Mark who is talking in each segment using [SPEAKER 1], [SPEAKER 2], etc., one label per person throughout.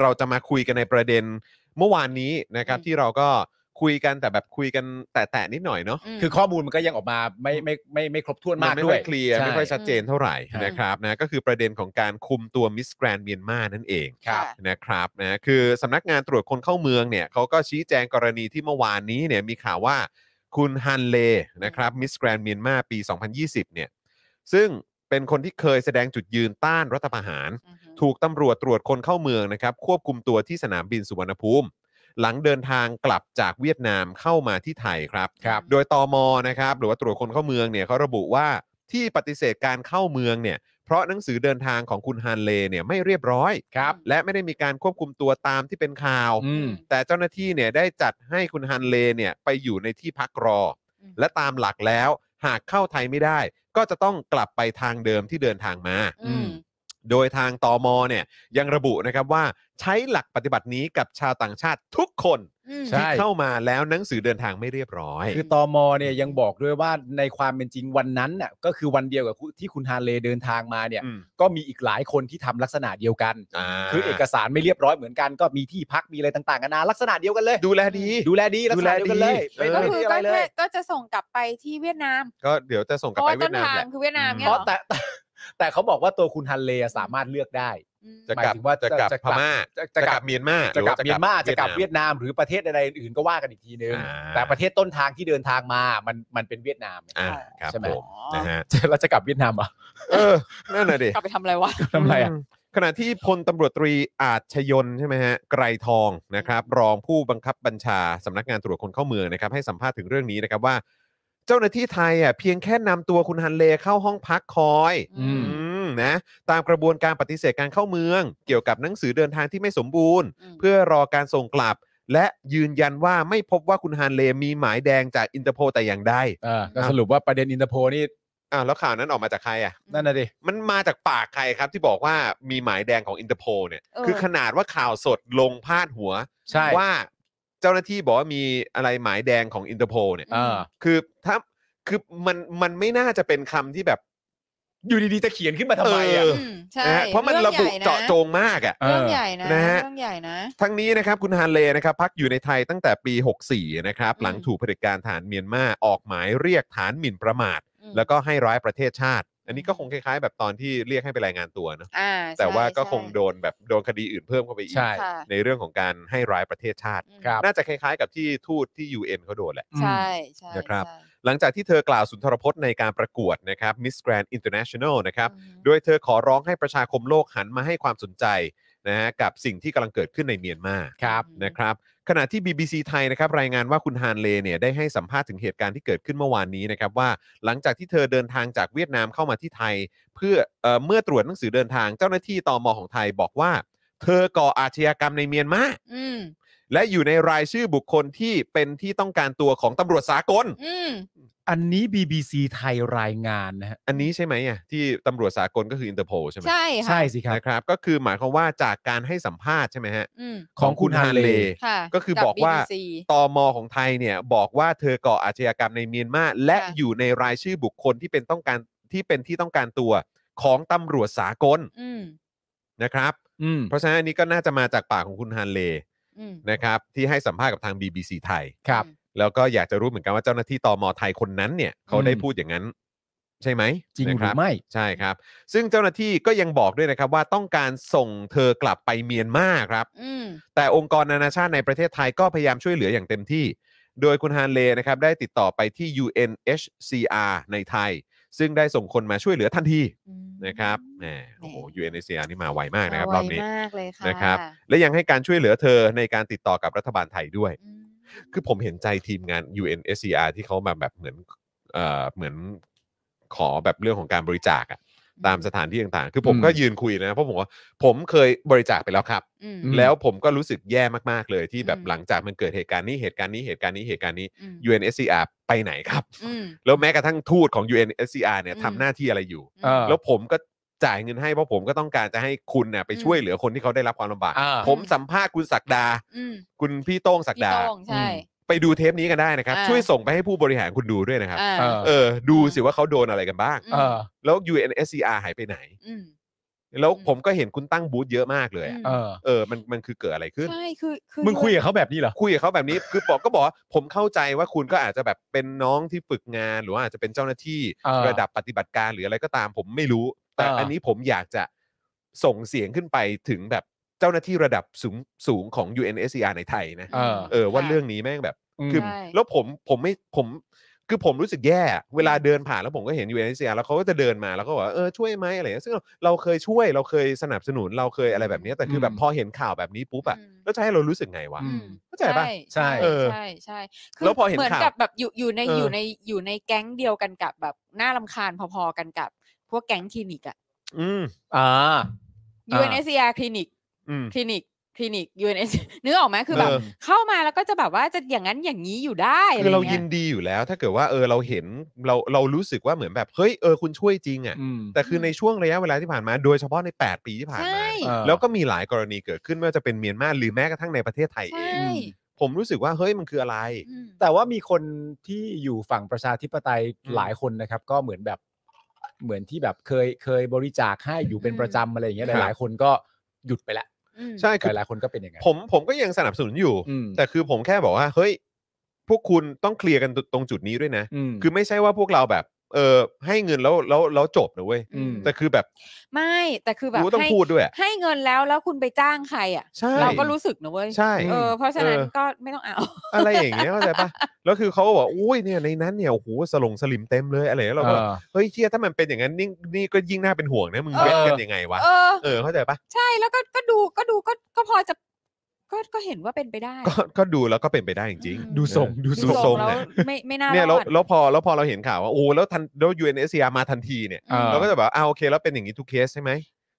[SPEAKER 1] เราจะมาคุยกันในประเด็นเมื่อวานนี้นะครับ
[SPEAKER 2] อืม
[SPEAKER 1] ที่เราก็คุยกันแต่แบบคุยกันแตะๆนิดหน่อยเนาะ
[SPEAKER 2] ม
[SPEAKER 3] คือข้อมูลมันก็ยังออกมาไม่ไม่ไม่ไม่ครบถ้วน
[SPEAKER 1] มั
[SPEAKER 3] มาก
[SPEAKER 1] นไม่
[SPEAKER 3] ด้
[SPEAKER 1] ค่
[SPEAKER 3] ว
[SPEAKER 1] อย ยเคลียร์
[SPEAKER 3] ใช่
[SPEAKER 1] ไม่ค่อยชัดเจนเท่าไหร่
[SPEAKER 3] ครับ
[SPEAKER 1] นะครับนะก็คือประเด็นของการคุมตัวมิสแกรนเมียนมานั่นเอง
[SPEAKER 2] ครับค่ะ
[SPEAKER 1] นะครับนะคือสำนักงานตรวจคนเข้าเมืองเนี่ยเขาก็ชี้แจงกรณีที่เมื่อวานนี้เนี่ยมีข่าวว่าคุณฮันเลนะครับมิสแกรนเมียนมาปี 2020 เนี่ยซึ่งเป็นคนที่เคยแสดงจุดยืนต้านรัฐประหาร
[SPEAKER 2] อือฮึ
[SPEAKER 1] ถูกตำรวจตรวจคนเข้าเมืองนะครับ ควบคุมตัวที่สนามบินสุวรรณภูมิ หลังเดินทางกลับจากเวียดนามเข้ามาที่ไทยครับ
[SPEAKER 3] ครับ
[SPEAKER 1] โดยตมนะครับ หรือว่าตรวจคนเข้าเมืองเนี่ยเขาระบุว่าที่ปฏิเสธการเข้าเมืองเนี่ยเพราะหนังสือเดินทางของคุณฮันเลเนี่ยไม่เรียบร้อย
[SPEAKER 3] ครับ
[SPEAKER 1] และไม่ได้มีการควบคุมตัวตามที่เป็นข่าว
[SPEAKER 3] อืม
[SPEAKER 1] แต่เจ้าหน้าที่เนี่ยได้จัดให้คุณฮันเลเนี่ยไปอยู่ในที่พักรอ
[SPEAKER 2] อืม
[SPEAKER 1] และตามหลักแล้วหากเข้าไทยไม่ได้ ก็จะต้องกลับไปทางเดิมที่เดินทางมา
[SPEAKER 2] อืม
[SPEAKER 1] โดยทางตอมเนี่ยยังระบุนะครับว่าใช้หลักปฏิบัตินี้กับชาวต่างชาติทุกคน
[SPEAKER 2] อืม
[SPEAKER 3] ใช่
[SPEAKER 1] ที่เข้ามาแล้วหนังสือเดินทางไม่เรียบร้อย
[SPEAKER 3] คือตอมเนี่ยยังบอกด้วยว่าในความเป็นจริงวันนั้นน่ะก็คือวันเดียวกับที่คุณฮาเลเดินทางมาเนี่ย
[SPEAKER 1] อืม
[SPEAKER 3] ก็มีอีกหลายคนที่ทำลักษณะเดียวกัน
[SPEAKER 1] อ่า
[SPEAKER 3] คือเอกสารไม่เรียบร้อยเหมือนกันก็มีที่พักมีอะไรต่างๆกันานาลักษณะเดียวกันเลย
[SPEAKER 1] ดูแลดี
[SPEAKER 3] ดูแลดีลักษณะเดียวกันเลย
[SPEAKER 1] ดูแลดี
[SPEAKER 3] ไม่
[SPEAKER 2] ก็
[SPEAKER 3] ไม่
[SPEAKER 2] คือ
[SPEAKER 3] มีอะ
[SPEAKER 2] ก็
[SPEAKER 3] ไรเล
[SPEAKER 2] แค่
[SPEAKER 3] ย
[SPEAKER 2] ก็จะส่งกลับไปที่เวียดนาม
[SPEAKER 1] ก็เดี๋ยวจะส่งก
[SPEAKER 2] เพ
[SPEAKER 1] ลับ
[SPEAKER 2] ราะ
[SPEAKER 1] ไป
[SPEAKER 2] ว่าต้
[SPEAKER 1] เวียด
[SPEAKER 2] น
[SPEAKER 1] นาม
[SPEAKER 2] ทา
[SPEAKER 1] แห
[SPEAKER 2] ง
[SPEAKER 1] ละ
[SPEAKER 2] คือเวียดนาม
[SPEAKER 1] อืม
[SPEAKER 2] เงี้
[SPEAKER 3] เพ
[SPEAKER 2] ย
[SPEAKER 3] ราะ
[SPEAKER 2] เหรอ
[SPEAKER 3] แต่แต่แต่เขาบอกว่าตัวคุณฮันเลสามารถเลือกได้
[SPEAKER 2] อืม
[SPEAKER 1] จะ
[SPEAKER 3] หมาย
[SPEAKER 1] กลับ
[SPEAKER 3] ถึงว่า
[SPEAKER 1] จะกลับ
[SPEAKER 3] จะจะ
[SPEAKER 1] พ
[SPEAKER 3] กลับ
[SPEAKER 1] ม่า
[SPEAKER 3] จะ
[SPEAKER 1] จะ
[SPEAKER 3] จะ
[SPEAKER 1] ก
[SPEAKER 3] กลั
[SPEAKER 1] ลับบ เมียนมา
[SPEAKER 3] จะกลับ
[SPEAKER 1] หรือ
[SPEAKER 3] เมียนมาจะกลับเวีย
[SPEAKER 1] ด
[SPEAKER 3] ดนามหรือประเทศใดๆอื่นๆก็ว่ากันอีกทีนึง
[SPEAKER 1] อ่า
[SPEAKER 3] แต่ประเทศต้นทางที่เดินทางมามันมันเป็นเวียดนาม
[SPEAKER 1] อ่าครับ
[SPEAKER 3] ใช่ไหม
[SPEAKER 1] ผมนะฮะ
[SPEAKER 3] เราจะกลับเวียดนามเหรอ่ะ
[SPEAKER 1] เออนั่นน่ะดิ
[SPEAKER 2] กลับไปทำอะไรวะ
[SPEAKER 3] ทำไมอ่ะ
[SPEAKER 1] อืขณะที่พลตำรวจตรีอาชยนต์ใช่ไหมฮะไกรทองนะครับ รองผู้บังคับบัญชาสำนักงานตรวจคนเข้าเมืองนะครับ ให้สัมภาษณ์ถึงเรื่องนี้นะครับว่า เจ้าหน้าที่ไทยอ่ะเพียงแค่นำตัวคุณฮันเลเข้าห้องพักคอย
[SPEAKER 3] อืม
[SPEAKER 1] อืมนะตามกระบวนการปฏิเสธการเข้าเมือง เกี่ยวกับหนังสือเดินทางที่ไม่สมบูรณ์ เพื่อรอการส่งกลับ และยืนยันว่าไม่พบว่าคุณฮันเลมีหมายแดงจากอินเตอร์โพลแต่อย่างใด
[SPEAKER 3] เออก็สรุปว่าประเด็นอินเตอร์โพลนี่
[SPEAKER 1] อ้าวแล้วข่าวนั้นออกมาจากใครอ่ะ
[SPEAKER 3] นั่นน่ะดิ
[SPEAKER 1] มันมาจากปากใครครับที่บอกว่ามีหมายแดงของอินเตอร์โพเนี่ย
[SPEAKER 2] เออ
[SPEAKER 1] คือขนาดว่าข่าวสดลงพาดหัว
[SPEAKER 3] ใช่
[SPEAKER 1] ว่าเจ้าหน้าที่บอกว่ามีอะไรหมายแดงของอินเตอร์โพเนี่ย
[SPEAKER 3] เออ
[SPEAKER 1] คือถ้าคือมันมันไม่น่าจะเป็นคำที่แบบ
[SPEAKER 3] อยู่ดีๆจะเขียนขึ้นมาทำไมอ่ะ
[SPEAKER 1] เออ
[SPEAKER 2] มใช่
[SPEAKER 1] นะฮะเพราะมันระบุ
[SPEAKER 2] องใหญ่น
[SPEAKER 1] เจาะจงมากอ่ะ
[SPEAKER 3] เออ
[SPEAKER 2] เรื่องใหญ่นะ
[SPEAKER 1] นะฮะ
[SPEAKER 2] เรื่องใหญ่นะ
[SPEAKER 1] ทั้งนี้นะครับคุณฮานเลนะครับพักอยู่ในไทยตั้งแต่ปี 64 นะครับ
[SPEAKER 2] อืม
[SPEAKER 1] หลังถูกเผด็จการฐานเมียนมาออกหมายเรียกฐานหมิ่นประมาท
[SPEAKER 2] อืม
[SPEAKER 1] แล้วก็ให้ร้ายประเทศชาติ อันนี้ก็คงคล้ายๆ แบบตอนที่เรียกให้ไปรายงานตัวเนอะ
[SPEAKER 2] อ่า
[SPEAKER 1] แต่
[SPEAKER 2] ใช่
[SPEAKER 1] ว่าก็
[SPEAKER 2] ใช่
[SPEAKER 1] คงโดนแบบโดนคดีอื่นเพิ่มเข้าไปอีก
[SPEAKER 3] ใช่
[SPEAKER 2] ค่ะ
[SPEAKER 1] ในเรื่องของการให้ร้ายประเทศชาติ
[SPEAKER 2] อืม
[SPEAKER 3] ครับ
[SPEAKER 1] น่าจะคล้ายๆกับที่ทูตที่ UN เขาโดนแหละ
[SPEAKER 2] ใช่ใช่
[SPEAKER 1] นะครับ
[SPEAKER 2] ใช่
[SPEAKER 1] หลังจากที่เธอกล่าวสุนทรพจน์ในการประกวดนะครับ Miss Grand International นะครับ
[SPEAKER 2] อืม
[SPEAKER 1] โดยเธอขอร้องให้ประชาคมโลกหันมาให้ความสนใจนะฮะกับสิ่งที่กำลังเกิดขึ้นในเมียนมา
[SPEAKER 3] ครับ
[SPEAKER 1] นะครับขณะที่ BBC ไทยนะครับรายงานว่าคุณฮานเลเนี่ยได้ให้สัมภาษณ์ถึงเหตุการณ์ที่เกิดขึ้นเมื่อวานนี้นะครับว่าหลังจากที่เธอเดินทางจากเวียดนามเข้ามาที่ไทย เพื่อเอ่อเมื่อตรวจหนังสือเดินทางเจ้าหน้าที่ตอมของไทยบอกว่า เธอก่ออาชญากรรมในเมียนมา
[SPEAKER 2] อืม
[SPEAKER 1] และอยู่ในรายชื่อบุคคลที่เป็นที่ต้องการตัวของตำรวจสากล
[SPEAKER 2] อืม
[SPEAKER 3] อันนี้ BBC ไทยรายงานนะฮะ
[SPEAKER 1] อันนี้ใช่ไหมอ่ะที่ตำรวจสากลก็คืออินเตอร์โพใช่ไหม
[SPEAKER 2] ใช่ค่ะ
[SPEAKER 3] ใช่สิครับ
[SPEAKER 1] นะครับ ก็คือหมายความว่าจากการให้สัมภาษณ์ใช่ไหมฮะ
[SPEAKER 2] อืม
[SPEAKER 3] ของคุณฮันเล
[SPEAKER 2] ค่ะ
[SPEAKER 1] ก็คือบอกว่า
[SPEAKER 2] จ BBC
[SPEAKER 1] ตอมของไทยเนี่ยบอกว่าเธอก่ออาชญากรรมในเมียนมาและ
[SPEAKER 2] ค่ะ
[SPEAKER 1] อยู่ในรายชื่อบุคคลที่เป็นต้องการที่เป็นที่ต้องการตัวของตำรวจสากล
[SPEAKER 2] อืม
[SPEAKER 1] นะครับ
[SPEAKER 3] อืม
[SPEAKER 1] เพราะฉะนั้นอันนี้ก็น่าจะมาจากปากของคุณฮันเล
[SPEAKER 2] อืม
[SPEAKER 1] นะครับที่ให้สัมภาษณ์กับทาง BBC ไทย
[SPEAKER 3] ครับ
[SPEAKER 1] แล้วก็อยากจะรู้เหมือนกันว่าเจ้าหน้าที่ตมไทยคนนั้นเนี่ยเขาได้พูดอย่างนั้น ใช่ไหม
[SPEAKER 3] จริง
[SPEAKER 1] นะ
[SPEAKER 3] ห
[SPEAKER 1] ค
[SPEAKER 3] รื
[SPEAKER 1] รับ
[SPEAKER 3] อไม่
[SPEAKER 1] ใช่ครับ ซึ่งเจ้าหน้าที่ก็ยังบอกด้วยนะครับว่าต้องการส่งเธอกลับไปเมียนมาครับ
[SPEAKER 2] อืม
[SPEAKER 1] แต่องค์กรนานาชาติในประเทศไทยก็พยายามช่วยเหลืออย่างเต็มที่ โดยคุณฮานเลนะครับได้ติดต่อไปที่ UNHCR ในไทย ซึ่งได้ส่งคนมาช่วยเหลือทันที
[SPEAKER 2] อืม
[SPEAKER 1] นะครับแหมโอ้โห UNHCR นี่มาไวมากนะครับ
[SPEAKER 2] ไว
[SPEAKER 1] รอบนี้
[SPEAKER 2] มากเลยค่ะ
[SPEAKER 1] นะครับ และยังให้การช่วยเหลือเธอในการติดต่อกับรัฐบาลไทยด้วย
[SPEAKER 2] อืม
[SPEAKER 1] คือผมเห็นใจทีมงาน UNSCR ที่เขามาแบบเหมือนเอ่อเหมือนขอแบบเรื่องของการบริจาคอะตามสถานที่ต่างๆ คือผม
[SPEAKER 3] อืม
[SPEAKER 1] ก็ยืนคุยนะ เพราะผมว่าผมเคยบริจาคไปแล้วครับ
[SPEAKER 2] อืม
[SPEAKER 3] อืม
[SPEAKER 1] แล้วผมก็รู้สึกแย่มากๆเลยที่แบบ
[SPEAKER 2] อืม
[SPEAKER 1] หลังจากมันเกิดเหตุการณ์นี้เหตุการณ์นี้เหตุการณ์นี้เหตุการณ์นี้
[SPEAKER 2] อืม
[SPEAKER 1] UNSCR ไปไหนครับ
[SPEAKER 2] อืม
[SPEAKER 1] แล้วแม้กระทั่งทูตของ UNSCR เนี่ย
[SPEAKER 2] อืม
[SPEAKER 1] ทำหน้าที่อะไรอยู่
[SPEAKER 3] เออ
[SPEAKER 1] แล้วผมก็จ่ายเงินให้เพราะผมก็ต้องการจะให้คุณเนี่ยไปช่วยเหลือคนที่เขาได้รับความลำบาก
[SPEAKER 3] อ่า
[SPEAKER 1] ผมสัมภาษณ์คุณศักดา
[SPEAKER 2] อืม
[SPEAKER 1] คุณพี่โต้งศัก
[SPEAKER 2] พี่
[SPEAKER 1] ดา
[SPEAKER 2] โต้งใช่
[SPEAKER 1] ไปดูเทปนี้กันได้นะครับ
[SPEAKER 2] อ่า
[SPEAKER 1] ช่วยส่งไปให้ผู้บริหารคุณดูด้วยนะครับ
[SPEAKER 2] อ่า
[SPEAKER 3] เอ
[SPEAKER 1] เออ ดูสิว่าเขาโดนอะไรกันบ้าง
[SPEAKER 2] อืม
[SPEAKER 3] เออ
[SPEAKER 1] แล้ว UNSCR หายไปไหน
[SPEAKER 2] อืม
[SPEAKER 1] แล้วผมก็เห็นคุณตั้งบูธเยอะมากเลยอะ
[SPEAKER 2] อืม
[SPEAKER 3] เออ
[SPEAKER 1] เออมันมันคือเกิดอะไรขึ้น
[SPEAKER 2] ใช่คือคือ
[SPEAKER 3] มึงคุยกับเขาแบบนี้เหรอ
[SPEAKER 1] คุยกับเขาแบบนี้ คือบอกก็บอกว่าผมเข้าใจว่าคุณก็อาจจะแบบเป็นน้องที่ฝึกงานหรือว่าอาจจะเป็นเจ้าหน้าที่
[SPEAKER 3] เออ
[SPEAKER 1] ระดับปฏิบัติการหรืออะไรก็ตามผมไม่รู้ แต่
[SPEAKER 3] เอออั
[SPEAKER 1] อันนี้ผมอยากจะส่งเสียงขึ้นไปถึงแบบเจ้าหน้าที่ระดับสูงสูงของ UNSCR ในไทยนะ
[SPEAKER 3] เออ
[SPEAKER 1] เออว่า
[SPEAKER 2] ค่ะ
[SPEAKER 1] เรื่องนี้แม่งแบบ
[SPEAKER 3] ม
[SPEAKER 1] คือ
[SPEAKER 2] ใช่
[SPEAKER 1] แล้วผมผมไม่ผมคือผมรู้สึกแย่อะเวลาเดินผ่านแล้วผมก็เห็นยูเอเซียแล้วเขาก็จะเดินมาแล้วก็บอกว่าเออช่วยไหมอะไรอย่างเงี้ยซึ่งเราเราเคยช่วยเราเคยสนับสนุนเราเคยอะไรแบบเนี้ยแต่คือแบบ
[SPEAKER 3] อืม
[SPEAKER 1] พอเห็นข่าวแบบนี้ปุ๊บอะ
[SPEAKER 2] อืม
[SPEAKER 1] แล้วจะให้เรารู้สึกไงวะ
[SPEAKER 3] อืม
[SPEAKER 1] เข้าใจปะ
[SPEAKER 2] ใช่
[SPEAKER 3] ใช่
[SPEAKER 2] ใช่ใช่ใช่คื
[SPEAKER 1] แล้วพอเห็น
[SPEAKER 2] เหมือน
[SPEAKER 1] ข่าว
[SPEAKER 2] กับแบบอยู่อยู่ใน
[SPEAKER 1] เอออ
[SPEAKER 2] อยู่ในอยู่ในแก๊งเดียวกันกับแบบน่าลำคาญพอๆกันกับ พวกแก๊งคลินิกอะ
[SPEAKER 1] อืม
[SPEAKER 3] อ่า อ่า
[SPEAKER 2] UNSCR คลินิก
[SPEAKER 1] อืม
[SPEAKER 2] คลินิกคลินิก UNS นึกออกไหมคือแบบ
[SPEAKER 1] เออ
[SPEAKER 2] เข้ามาแล้วก็จะแบบว่าจะอย่างนั้นอย่างนี้อยู่ได้
[SPEAKER 1] คือเรา
[SPEAKER 2] ะไ
[SPEAKER 1] ยินดีอยู่แล้ว ถ้าเกิดว่าเออเราเห็นเราเรารู้สึกว่าเหมือนแบบเฮ้ยเออคุณช่วยจริงอะ
[SPEAKER 3] อืม
[SPEAKER 1] แต่คือในช่วงระยะเวลาที่ผ่านมา โดยเฉพาะใน 8 ปีที่ผ่านมา
[SPEAKER 2] ใช่
[SPEAKER 3] เออ
[SPEAKER 1] แล้วก็มีหลายกรณีเกิดขึ้นไม่ว่าจะเป็นเมียนมาหรือแม้กระทั่งในประเทศไทยเอ
[SPEAKER 2] ใช่
[SPEAKER 1] ง ผมรู้สึกว่าเฮ้ยมันคืออะไร
[SPEAKER 2] อืม
[SPEAKER 3] แต่ว่ามีคนที่อยู่ฝั่งประชาธิปไตยหลายคนนะครับ ก็เหมือนแบบเหมือนที่แบบเคยเคยบริจาคให้อยู่เป็น
[SPEAKER 2] อืม
[SPEAKER 3] ประจำอะไรอย่างเงี้ย
[SPEAKER 1] ครั
[SPEAKER 3] ห
[SPEAKER 1] บ
[SPEAKER 3] ลายๆคนก็หยุดไปแล้ว
[SPEAKER 2] อืม
[SPEAKER 1] ใช่คือ
[SPEAKER 3] หลายๆคนก็เป็นอย่างนั้น
[SPEAKER 1] ผมผมก็ยังสนับสนุนอยู่
[SPEAKER 3] อืม
[SPEAKER 1] แต่คือผมแค่บอกว่าเฮ้ย พวกคุณต้องเคลียร์กันตรงจุดนี้ด้วยนะ
[SPEAKER 3] อืม
[SPEAKER 1] คือไม่ใช่ว่าพวกเราแบบ เออให้เงินแล้วแล้วแล้วจบนะเว้ย
[SPEAKER 3] อืม
[SPEAKER 1] แต่คือแบบ
[SPEAKER 2] ไม่แต่คือแบบ
[SPEAKER 1] กูต้อง
[SPEAKER 2] ให้
[SPEAKER 1] พูดด้วยอะ
[SPEAKER 2] ให้เงินแล้วแล้วคุณไปจ้างใครอ่ะ
[SPEAKER 1] ใช่
[SPEAKER 2] เราก็รู้สึกนะเว้ย
[SPEAKER 1] ใช่
[SPEAKER 2] เออเพราะฉะนั้น
[SPEAKER 1] เออ
[SPEAKER 2] ก็ไม่ต้องเอา
[SPEAKER 1] อะไรอย่างเงี้ยเข้าใจปะแล้วคือเขาก็บอกอุ้ยเนี่ยในนั้นเนี่ยโอ้โหสลงสลิมเต็มเลยอะไรแล้วเราก็
[SPEAKER 3] เออ
[SPEAKER 1] เฮ้ยเชี่ยถ้ามันเป็นอย่างนั้นนี่นี่ก็ยิ่งน่าเป็นห่วงนะมึง
[SPEAKER 2] เออ
[SPEAKER 1] เล่นกันยังไงวะ
[SPEAKER 2] เออ
[SPEAKER 1] เออเข้าใจปะ
[SPEAKER 2] ใช่แล้วก็ก็ดูก็ดูก็ก็พอจะก็ก็เห็นว่าเป็นไปได้
[SPEAKER 1] ก็ก็ดูแล้วก็เป็นไปได้จริง
[SPEAKER 2] อืม
[SPEAKER 1] ๆ
[SPEAKER 3] ดูทรงดู
[SPEAKER 1] ดู
[SPEAKER 2] ดู
[SPEAKER 1] ท
[SPEAKER 2] ท
[SPEAKER 1] ร
[SPEAKER 2] รง งแล้ว
[SPEAKER 1] เนี่ย
[SPEAKER 2] ไม่ไม่น่า
[SPEAKER 1] เนี่ย
[SPEAKER 2] ร
[SPEAKER 1] แล้ว
[SPEAKER 2] อด
[SPEAKER 1] แล้วพอแล้วพอเราเห็นข่าวว่าโอ้แล้วทันแล้ว UNSCR มาทันทีเนี่ย
[SPEAKER 3] เออ
[SPEAKER 1] เราก็จะแบบอ้าวโอเคแล้วเป็นอย่างนี้ทุกเคสใช่ไหม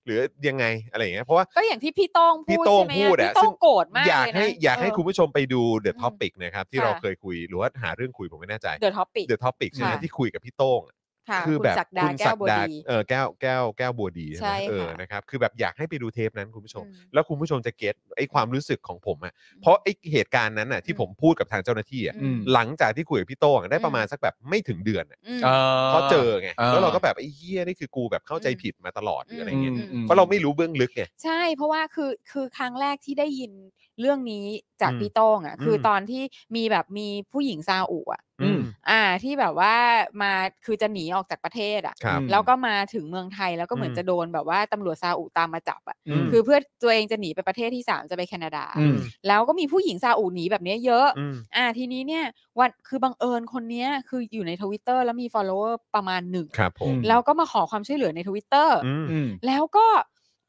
[SPEAKER 1] หรือยังไงอะไรอย่างเงี้ยเพราะว่า
[SPEAKER 2] ก็อย่างที่พี่โต้งพู
[SPEAKER 1] พี่
[SPEAKER 2] ด
[SPEAKER 1] โต้ง
[SPEAKER 2] ใช่ไหม
[SPEAKER 1] พูด
[SPEAKER 2] อะ
[SPEAKER 1] อะ
[SPEAKER 2] พี่
[SPEAKER 1] ซึ่
[SPEAKER 2] โต้
[SPEAKER 1] ง
[SPEAKER 2] งโกรธมาก
[SPEAKER 1] อยาก
[SPEAKER 2] เลนะ
[SPEAKER 1] ให้อยากให้
[SPEAKER 2] เ
[SPEAKER 1] คุณผู้ชมไปดู The
[SPEAKER 2] อืม
[SPEAKER 1] Topic นะครับ ที่
[SPEAKER 2] ค่ะ
[SPEAKER 1] เราเคยคุยหรือว่าหาเรื่องคุยผมไม่แน่ใจ
[SPEAKER 2] เดือดท็อปิก
[SPEAKER 1] The Topic ใช่ไหม
[SPEAKER 2] ค่ะ
[SPEAKER 1] ที่คุยกับพี่โต้งอะ
[SPEAKER 2] ค่ะ
[SPEAKER 1] คือ
[SPEAKER 2] ณ
[SPEAKER 1] แบบ
[SPEAKER 2] ศักดา
[SPEAKER 1] คุณ
[SPEAKER 2] แก้
[SPEAKER 1] ศั
[SPEAKER 2] ว
[SPEAKER 1] ก
[SPEAKER 2] บัว
[SPEAKER 1] ดา
[SPEAKER 2] ดี
[SPEAKER 1] เออแก้วแก้วแก้วบัวดีใช่ไหม
[SPEAKER 2] ใช่ค่ะ
[SPEAKER 1] เออนะครับคือแบบอยากให้ไปดูเทปนั้นคุณผู้ชม
[SPEAKER 2] อืม
[SPEAKER 1] แล้วคุณผู้ชมจะเก็ตไอ้ความรู้สึกของผมอะเพราะไอ้เหตุการณ์นั้นอะที่
[SPEAKER 2] อืม
[SPEAKER 1] ผมพูดกับทางเจ้าหน้าที่อะ
[SPEAKER 3] อืม
[SPEAKER 1] หลังจากที่คุยกับพี่โต้งอะได้ประมาณสักแบบไม่ถึงเดือนอะ
[SPEAKER 2] อืม
[SPEAKER 1] เพราะเจอไง
[SPEAKER 3] เออ
[SPEAKER 1] แล้วเราก็แบบไอ้เฮียนี่คือกูแบบเข้าใจ
[SPEAKER 2] อืม
[SPEAKER 1] ผิดมาตลอดหรืออะไร
[SPEAKER 3] อื
[SPEAKER 1] เงี้ย
[SPEAKER 3] มอืม
[SPEAKER 1] เพราะเราไม่รู้เบื้องลึกไง
[SPEAKER 2] ใช่เพราะว่าคือคือครั้งแรกที่ได้ยินเรื่องนี้จาก
[SPEAKER 1] อืม
[SPEAKER 2] พี่โต้งอ่ะ คืออ
[SPEAKER 1] ม
[SPEAKER 2] ตอนที่มีแบบมีผู้หญิงซาอุอ่ะ
[SPEAKER 3] อืม
[SPEAKER 2] อ่าที่แบบว่ามาคือจะหนีออกจากประเทศอ่ะ
[SPEAKER 1] ครับ
[SPEAKER 3] อืม
[SPEAKER 2] แล้วก็มาถึงเมืองไทยแล้วก็เหมือน
[SPEAKER 1] อืม
[SPEAKER 2] จะโดนแบบว่าตำรวจซาอุตามมาจับอ่ะ
[SPEAKER 1] อืม
[SPEAKER 2] คือเพื่อตัวเองจะหนีไปประเทศที่สามจะไปแคนาดา
[SPEAKER 3] อืม
[SPEAKER 2] แล้วก็มีผู้หญิงซาอุหนีแบบเนี้ยเยอะ
[SPEAKER 1] อืม
[SPEAKER 2] อ่าทีนี้เนี่ยวันคือบังเอิญคนเนี้ยคืออยู่ในทวิตเตอร์แล้วมี follower ประมาณหนึ่ง
[SPEAKER 1] ครับผม
[SPEAKER 3] อืม
[SPEAKER 2] แล้วก็มาขอความช่วยเหลือในทวิตเตอร์
[SPEAKER 1] อืม
[SPEAKER 3] อืม
[SPEAKER 2] แล้วก็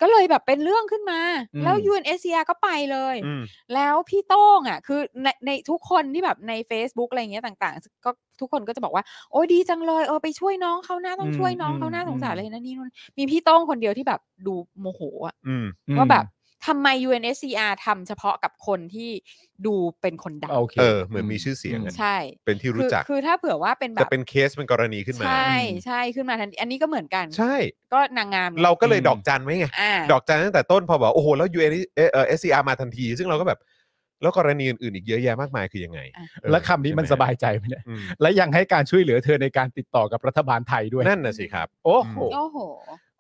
[SPEAKER 2] ก็เลยแบบเป็นเรื่องขึ้นมา
[SPEAKER 3] อืม
[SPEAKER 2] แล้ว UNSCR ก็ไปเลย
[SPEAKER 1] อืม
[SPEAKER 2] แล้วพี่โต้งอ่ะคือในในทุกคนที่แบบใน Facebook อะไรเงี้ยต่างๆ ก็ทุกคนก็จะบอกว่า โอ้ยดีจังเลยเออไปช่วยน้องเขาหน้าต้องช่วยน้องเขาหน้าสงสารเลยนะนี่นู่นมีพี่โต้งคนเดียวที่แบบดูโมโหอะ
[SPEAKER 1] อืม
[SPEAKER 2] ว่าแบบทำไม UNSCR ทำเฉพาะกับคนที่ดูเป็นคนดัง
[SPEAKER 3] โอเค
[SPEAKER 1] เออ เหมือนมีชื่อเสียงอะ
[SPEAKER 2] ใช่
[SPEAKER 1] เป็นที่รู้
[SPEAKER 2] คือ
[SPEAKER 1] จัก
[SPEAKER 2] คือถ้าเผื่อว่าเป็นแบ
[SPEAKER 1] จะ
[SPEAKER 2] บ
[SPEAKER 1] เป็นเคสเป็นกรณีขึ้นมา
[SPEAKER 2] ใช่ใช่ขึ้นมาทันทีอันนี้ก็เหมือนกัน
[SPEAKER 1] ใช่
[SPEAKER 2] ก็นางงามไง
[SPEAKER 1] เราก็เลย
[SPEAKER 3] อืม
[SPEAKER 1] ดอกจันไว้ไง
[SPEAKER 2] อ่า
[SPEAKER 1] ดอกจันตั้งแต่ต้นพอบอกโอ้โห แล้ว UN เออเอสซีอาร์มาทันที ซึ่งเราก็แบบ แล้วกรณีอื่นๆอีกเยอะแยะมากมายคือยังไง
[SPEAKER 2] อ่ะ
[SPEAKER 1] เออ
[SPEAKER 3] และคำนี้มันส
[SPEAKER 1] ใช่ไห
[SPEAKER 3] บายใจไหมเนี่ย
[SPEAKER 1] อืม
[SPEAKER 3] และยังให้การช่วยเหลือเธอในการติดต่อกับรัฐบาลไทยด้วย
[SPEAKER 1] นั่นน่ะสิครับ
[SPEAKER 3] โอ้โห
[SPEAKER 2] โอ้โห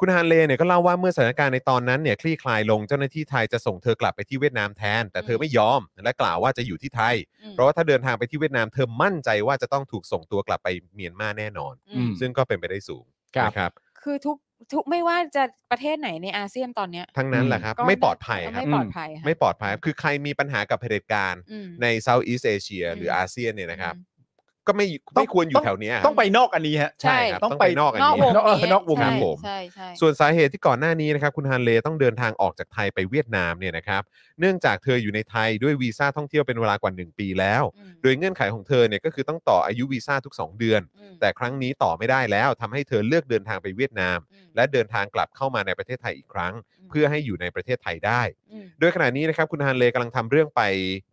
[SPEAKER 1] คุณฮันเลเนี่ยก็เล่าว่าเมื่อสถานการณ์ในตอนนั้นเนี่ยคลี่คลายลงเจ้าหน้าที่ไทยจะส่งเธอกลับไปที่เวียดนามแทน แต่เธอไม่ยอมและกล่าวว่าจะอยู่ที่ไทย
[SPEAKER 2] อืม
[SPEAKER 1] เพราะว่าถ้าเดินทางไปที่เวียดนามเธอมั่นใจว่าจะต้องถูกส่งตัวกลับไปเมียนมาแน่นอน
[SPEAKER 2] อืม
[SPEAKER 3] ม
[SPEAKER 1] ซึ่งก็เป็นไปได้สูง
[SPEAKER 3] ครับ
[SPEAKER 1] นะครับ
[SPEAKER 2] คือทุกทุกไม่ว่าจะประเทศไหนในอาเซียนตอนเนี้ย
[SPEAKER 1] ทั้งนั้นแหละครับ
[SPEAKER 2] ก็
[SPEAKER 1] ไม่ปลอดภัยค
[SPEAKER 2] ก็
[SPEAKER 1] รับ
[SPEAKER 2] ไม่ปลอดภัยค่ะ
[SPEAKER 1] ไม่ปลอดภัยคือใครมีปัญหากับเผด็จการ
[SPEAKER 2] อืม
[SPEAKER 1] ในเซาท์อีสเอเชีย
[SPEAKER 2] อืม
[SPEAKER 1] หรืออาเซียนเนี่ยนะครับ
[SPEAKER 2] อืม
[SPEAKER 1] ก็ไม่
[SPEAKER 3] ต้
[SPEAKER 1] ไม่
[SPEAKER 3] อง
[SPEAKER 1] ควรอยู่
[SPEAKER 3] อง
[SPEAKER 1] แถวเนี้ย
[SPEAKER 3] ต้องไปนอกอันนี้ฮะ
[SPEAKER 2] ใช่
[SPEAKER 1] ครับ
[SPEAKER 3] ต้อง
[SPEAKER 1] ต้อง
[SPEAKER 3] ไป
[SPEAKER 1] ไปนอกอัน
[SPEAKER 2] นอก
[SPEAKER 1] นี้
[SPEAKER 2] วง
[SPEAKER 3] นอกเออ
[SPEAKER 2] นี้
[SPEAKER 3] นอกวง
[SPEAKER 1] ค
[SPEAKER 2] ใช่
[SPEAKER 1] รับผม
[SPEAKER 2] ใช่ใช่
[SPEAKER 1] ส่วนสาเหตุที่ก่อนหน้านี้นะครับคุณฮันเลต้องเดินทางออกจากไทยไปเวียดนามเนี่ยนะครับ เนื่องจากเธออยู่ในไทยด้วยวีซ่าท่องเที่ยวเป็นเวลากว่า 1 ปีแล้ว
[SPEAKER 2] อืม
[SPEAKER 1] โดยเงื่อนไขของเธอเนี่ยก็คือต้องต่ออายุวีซ่าทุก 2 เดือน
[SPEAKER 2] อืม
[SPEAKER 1] แต่ครั้งนี้ต่อไม่ได้แล้วทำให้เธอเลือกเดินทางไปเวียดนาม
[SPEAKER 2] อืม
[SPEAKER 1] และเดินทางกลับเข้ามาในประเทศไทยอีกครั้ง เพื่อให้อยู่ในประเทศไทยได้
[SPEAKER 2] ม
[SPEAKER 1] โดยขณะนี้นะครับคุณฮันเลกำลังทำเรื่องไป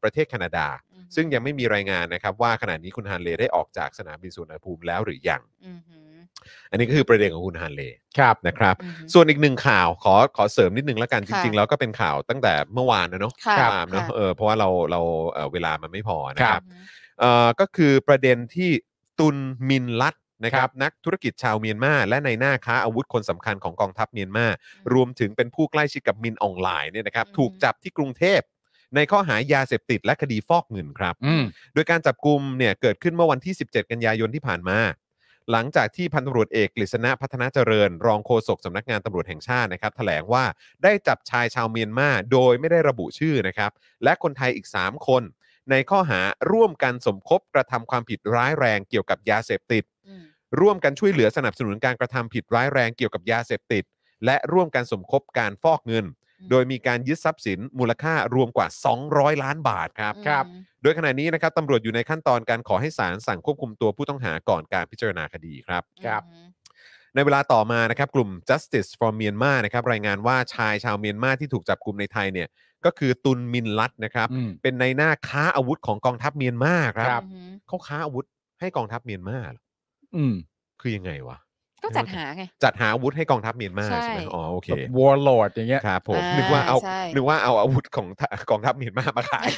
[SPEAKER 1] ประเทศแคนาดา
[SPEAKER 2] อืม
[SPEAKER 1] ซึ่งยังไม่มีรายงานนะครับว่าขณะนี้คุณฮันเลได้ออกจากสนามบินสุวรรณภูมิแล้วหรือยัง
[SPEAKER 2] อืมหืม
[SPEAKER 1] อันนี้ก็คือประเด็นของคุณฮันเล
[SPEAKER 3] ครับ
[SPEAKER 1] นะครับ
[SPEAKER 2] อืมหืม
[SPEAKER 1] ส่วนอีกหนึ่งข่าวขอขอเสริมนิดนึงแล้วกันจ
[SPEAKER 2] ค่ะ
[SPEAKER 1] ริง ๆ แล้วก็เป็นข่าวตั้งแต่เมื่อวานนะเนาะ
[SPEAKER 2] ค่ะ
[SPEAKER 1] ตามเนาะ
[SPEAKER 2] ค่ะ
[SPEAKER 1] เออเพราะว่าเราเราเอ่อเวลามันไม่พอนะค
[SPEAKER 3] ครั
[SPEAKER 1] รับบ เอ่อก็คือประเด็นที่ตุนมินลัด นะครับนักธุรกิจชาวเมียนมาและในายหน้าค้าอาวุธคนสำคัญของกองทัพเมียนมา รวมถึงเป็นผู้ใกล้ชิดกับมินอองไลน์เนี่ยนะครับ
[SPEAKER 2] อืม
[SPEAKER 1] ถูกจับที่กรุงเทพ ในข้อหายาเสพติดและคดีฟอกเงินครับ
[SPEAKER 3] อืม
[SPEAKER 1] โดยการจับกลุ่มเนี่ยเกิดขึ้นเมื่อวันที่ 17 กันยายนที่ผ่านมา หลังจากที่พันตำรวจเอกกฤษณะพัฒนาเจริญ รองโฆษกสำนักงานตำรวจแห่งชาตินะครับถแถลงว่าได้จับชายชาวเมียนมาโดยไม่ได้ระบุชื่อนะครับ และคนไทยอีก 3 คน ในข้อหาร่วมกันสมคบกระทำความผิดร้ายแรงเกี่ยวกับยาเสพติด
[SPEAKER 2] อืม
[SPEAKER 1] ร่วมกันช่วยเหลือสนับสนุนการกระทำผิดร้ายแรงเกี่ยวกับยาเสพติด และร่วมกันสมคบการฟอกเงิน
[SPEAKER 2] อืม
[SPEAKER 1] โดยมีการยึดทรัพย์สินมูลค่ารวมกว่า 200 ล้านบาทครับ
[SPEAKER 3] ครับ
[SPEAKER 2] อืม
[SPEAKER 1] โดยขณะนี้นะครับตำรวจอยู่ในขั้นตอนการขอให้ศาลสั่งควบคุมตัวผู้ต้องหาก่อนการพิจารณาคดีครับ
[SPEAKER 3] ครับ
[SPEAKER 2] อืม
[SPEAKER 1] ในเวลาต่อมานะครับกลุ่ม justice for Myanmar นะครับรายงานว่าชายชาวเมียนมาที่ถูกจับกลุ่มในไทยเนี่ยก็คือตุนมินลัดนะครับ
[SPEAKER 3] อืม
[SPEAKER 1] เป็นในายหน้าค้าอาวุธของกองทัพเมียนมาครับ
[SPEAKER 3] ครับ
[SPEAKER 2] อืม
[SPEAKER 1] เขาค้าอาวุธให้กองทัพเมียนมาเหรอ
[SPEAKER 3] อืม
[SPEAKER 1] คือยังไงวะ
[SPEAKER 2] ก็จัดหาไง
[SPEAKER 1] จัดหาอาวุธให้กองทัพเมียนมา
[SPEAKER 2] ใช่
[SPEAKER 1] ใช่ไหมอ๋อโอเค
[SPEAKER 3] วอร์ลอร์ดอย่างเงี้ย
[SPEAKER 1] ครับผม
[SPEAKER 2] อ่า
[SPEAKER 1] นึกว่าเอา
[SPEAKER 2] ใช่
[SPEAKER 1] นึกว่าเอาอาวุธของทะกองทัพเมียนมามาขาย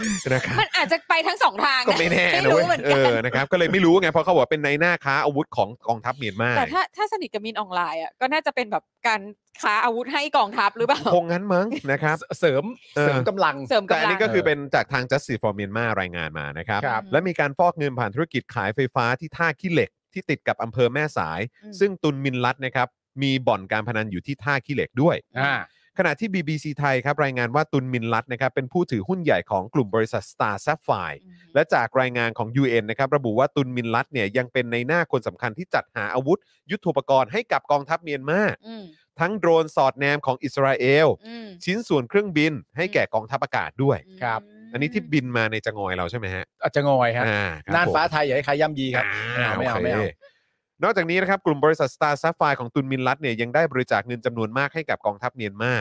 [SPEAKER 1] นะครับ
[SPEAKER 2] มันอาจจะไปทั้งสองทางะ
[SPEAKER 1] ก็ไม่แน่
[SPEAKER 2] ไม่
[SPEAKER 1] นะ
[SPEAKER 2] รู้
[SPEAKER 1] เว้ย
[SPEAKER 2] เหมือน
[SPEAKER 1] เอ
[SPEAKER 2] กัน
[SPEAKER 1] อนะครับก็เลยไม่รู้ไงเพราะเขาบอกว่าเป็นในายหน้าค้าอาวุธของกองทัพเมียนมา
[SPEAKER 2] แต่ถ้าถ้าสนิทกับมินออนไลน์อ่ะก็น่าจะเป็นแบบการค้าอาวุธให้กองทัพหรือเปล่า
[SPEAKER 1] คงงั้นมั้งนะครับ
[SPEAKER 3] เสริม
[SPEAKER 1] เออ
[SPEAKER 3] เสริมกำลัง
[SPEAKER 2] เสริม
[SPEAKER 1] แต่
[SPEAKER 2] กำ
[SPEAKER 1] อัน
[SPEAKER 2] ลัง
[SPEAKER 1] นี้ก็คือเป็นจากทาง Justice for Myanmar รายงานมานะครับ
[SPEAKER 3] ครับ
[SPEAKER 1] และมีการฟอกเงินผ่านธุรกิจขายไฟฟ้าที่ท่าขี้เหล็กที่ติดกับอำเภอแม่สาย
[SPEAKER 2] อืม
[SPEAKER 1] ซึ่งตุนมินลัดนะครับมีบ่อนการพนันอยู่ที่ท่าขี้เหล็กด้วย
[SPEAKER 3] อ่า
[SPEAKER 1] ขณะที่ BBC ไทยครับรายงานว่าตุนมินลัดนะครับเป็นผู้ถือหุ้นใหญ่ของกลุ่มบริษัท Star s a p p h i r e
[SPEAKER 2] อืม
[SPEAKER 1] และจากรายงานของ UN นะครับระบุว่าตุนมินลัดเนี่ยยังเป็นในหน้าคนสำคัญที่จัดหาอาวุธ ยุทโธปกรณ์ให้กับกองทัพเมียนมา
[SPEAKER 2] อืม
[SPEAKER 1] ทั้งโดรนสอดแนมของอิสราเอล
[SPEAKER 2] อืม
[SPEAKER 1] ชิ้นส่วนเครื่องบินให้แก่กองทัพอากาศด้วย
[SPEAKER 3] ครับ
[SPEAKER 1] อันนี้ที่บินมาในจะงอยเราใช่ไหมฮะ
[SPEAKER 3] อาจจะงอยฮะ
[SPEAKER 1] อ่าครับ
[SPEAKER 3] น่าน
[SPEAKER 1] ผม
[SPEAKER 3] ฟ้าไทยอย่าให้ใครย่ำยีครับ
[SPEAKER 1] อ่า
[SPEAKER 3] ไม่เอา
[SPEAKER 1] โค
[SPEAKER 3] ไม่เอา
[SPEAKER 1] นอกจากนี้นะครับกลุ่มบริษัท Star s a p p h i r e ของตุนมินลัตเนี่ยยังได้บริจาคเงินจำนวนมากให้กับกองทัพเมียนมา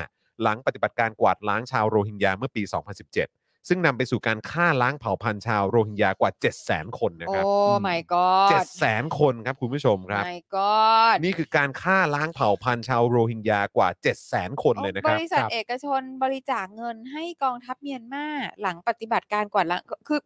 [SPEAKER 1] หลังปฏิบัติการกวาดล้างชาวโรฮิงญาเมื่อปี 2017 ซึ่งนำไปสู่การฆ่าล้างเผ่าพันธุ์ชาวโรฮิงญากว่า 700,000 คนนะ
[SPEAKER 2] โอ้
[SPEAKER 1] ครับ
[SPEAKER 2] my god
[SPEAKER 1] 700,000 คนครับคุณผู้ชมครับ
[SPEAKER 2] my god
[SPEAKER 1] นี่คือการฆ่าล้างเผ่าพันธุ์ชาวโรฮิงญากว่า 700,000 คนเลยนะค
[SPEAKER 2] บ
[SPEAKER 1] รับ
[SPEAKER 2] ริษัท
[SPEAKER 1] ครับ
[SPEAKER 2] เอกชนบริจาคเงินให้กองทัพเมียนมาหลังปฏิบัติการกวาดล้างคือ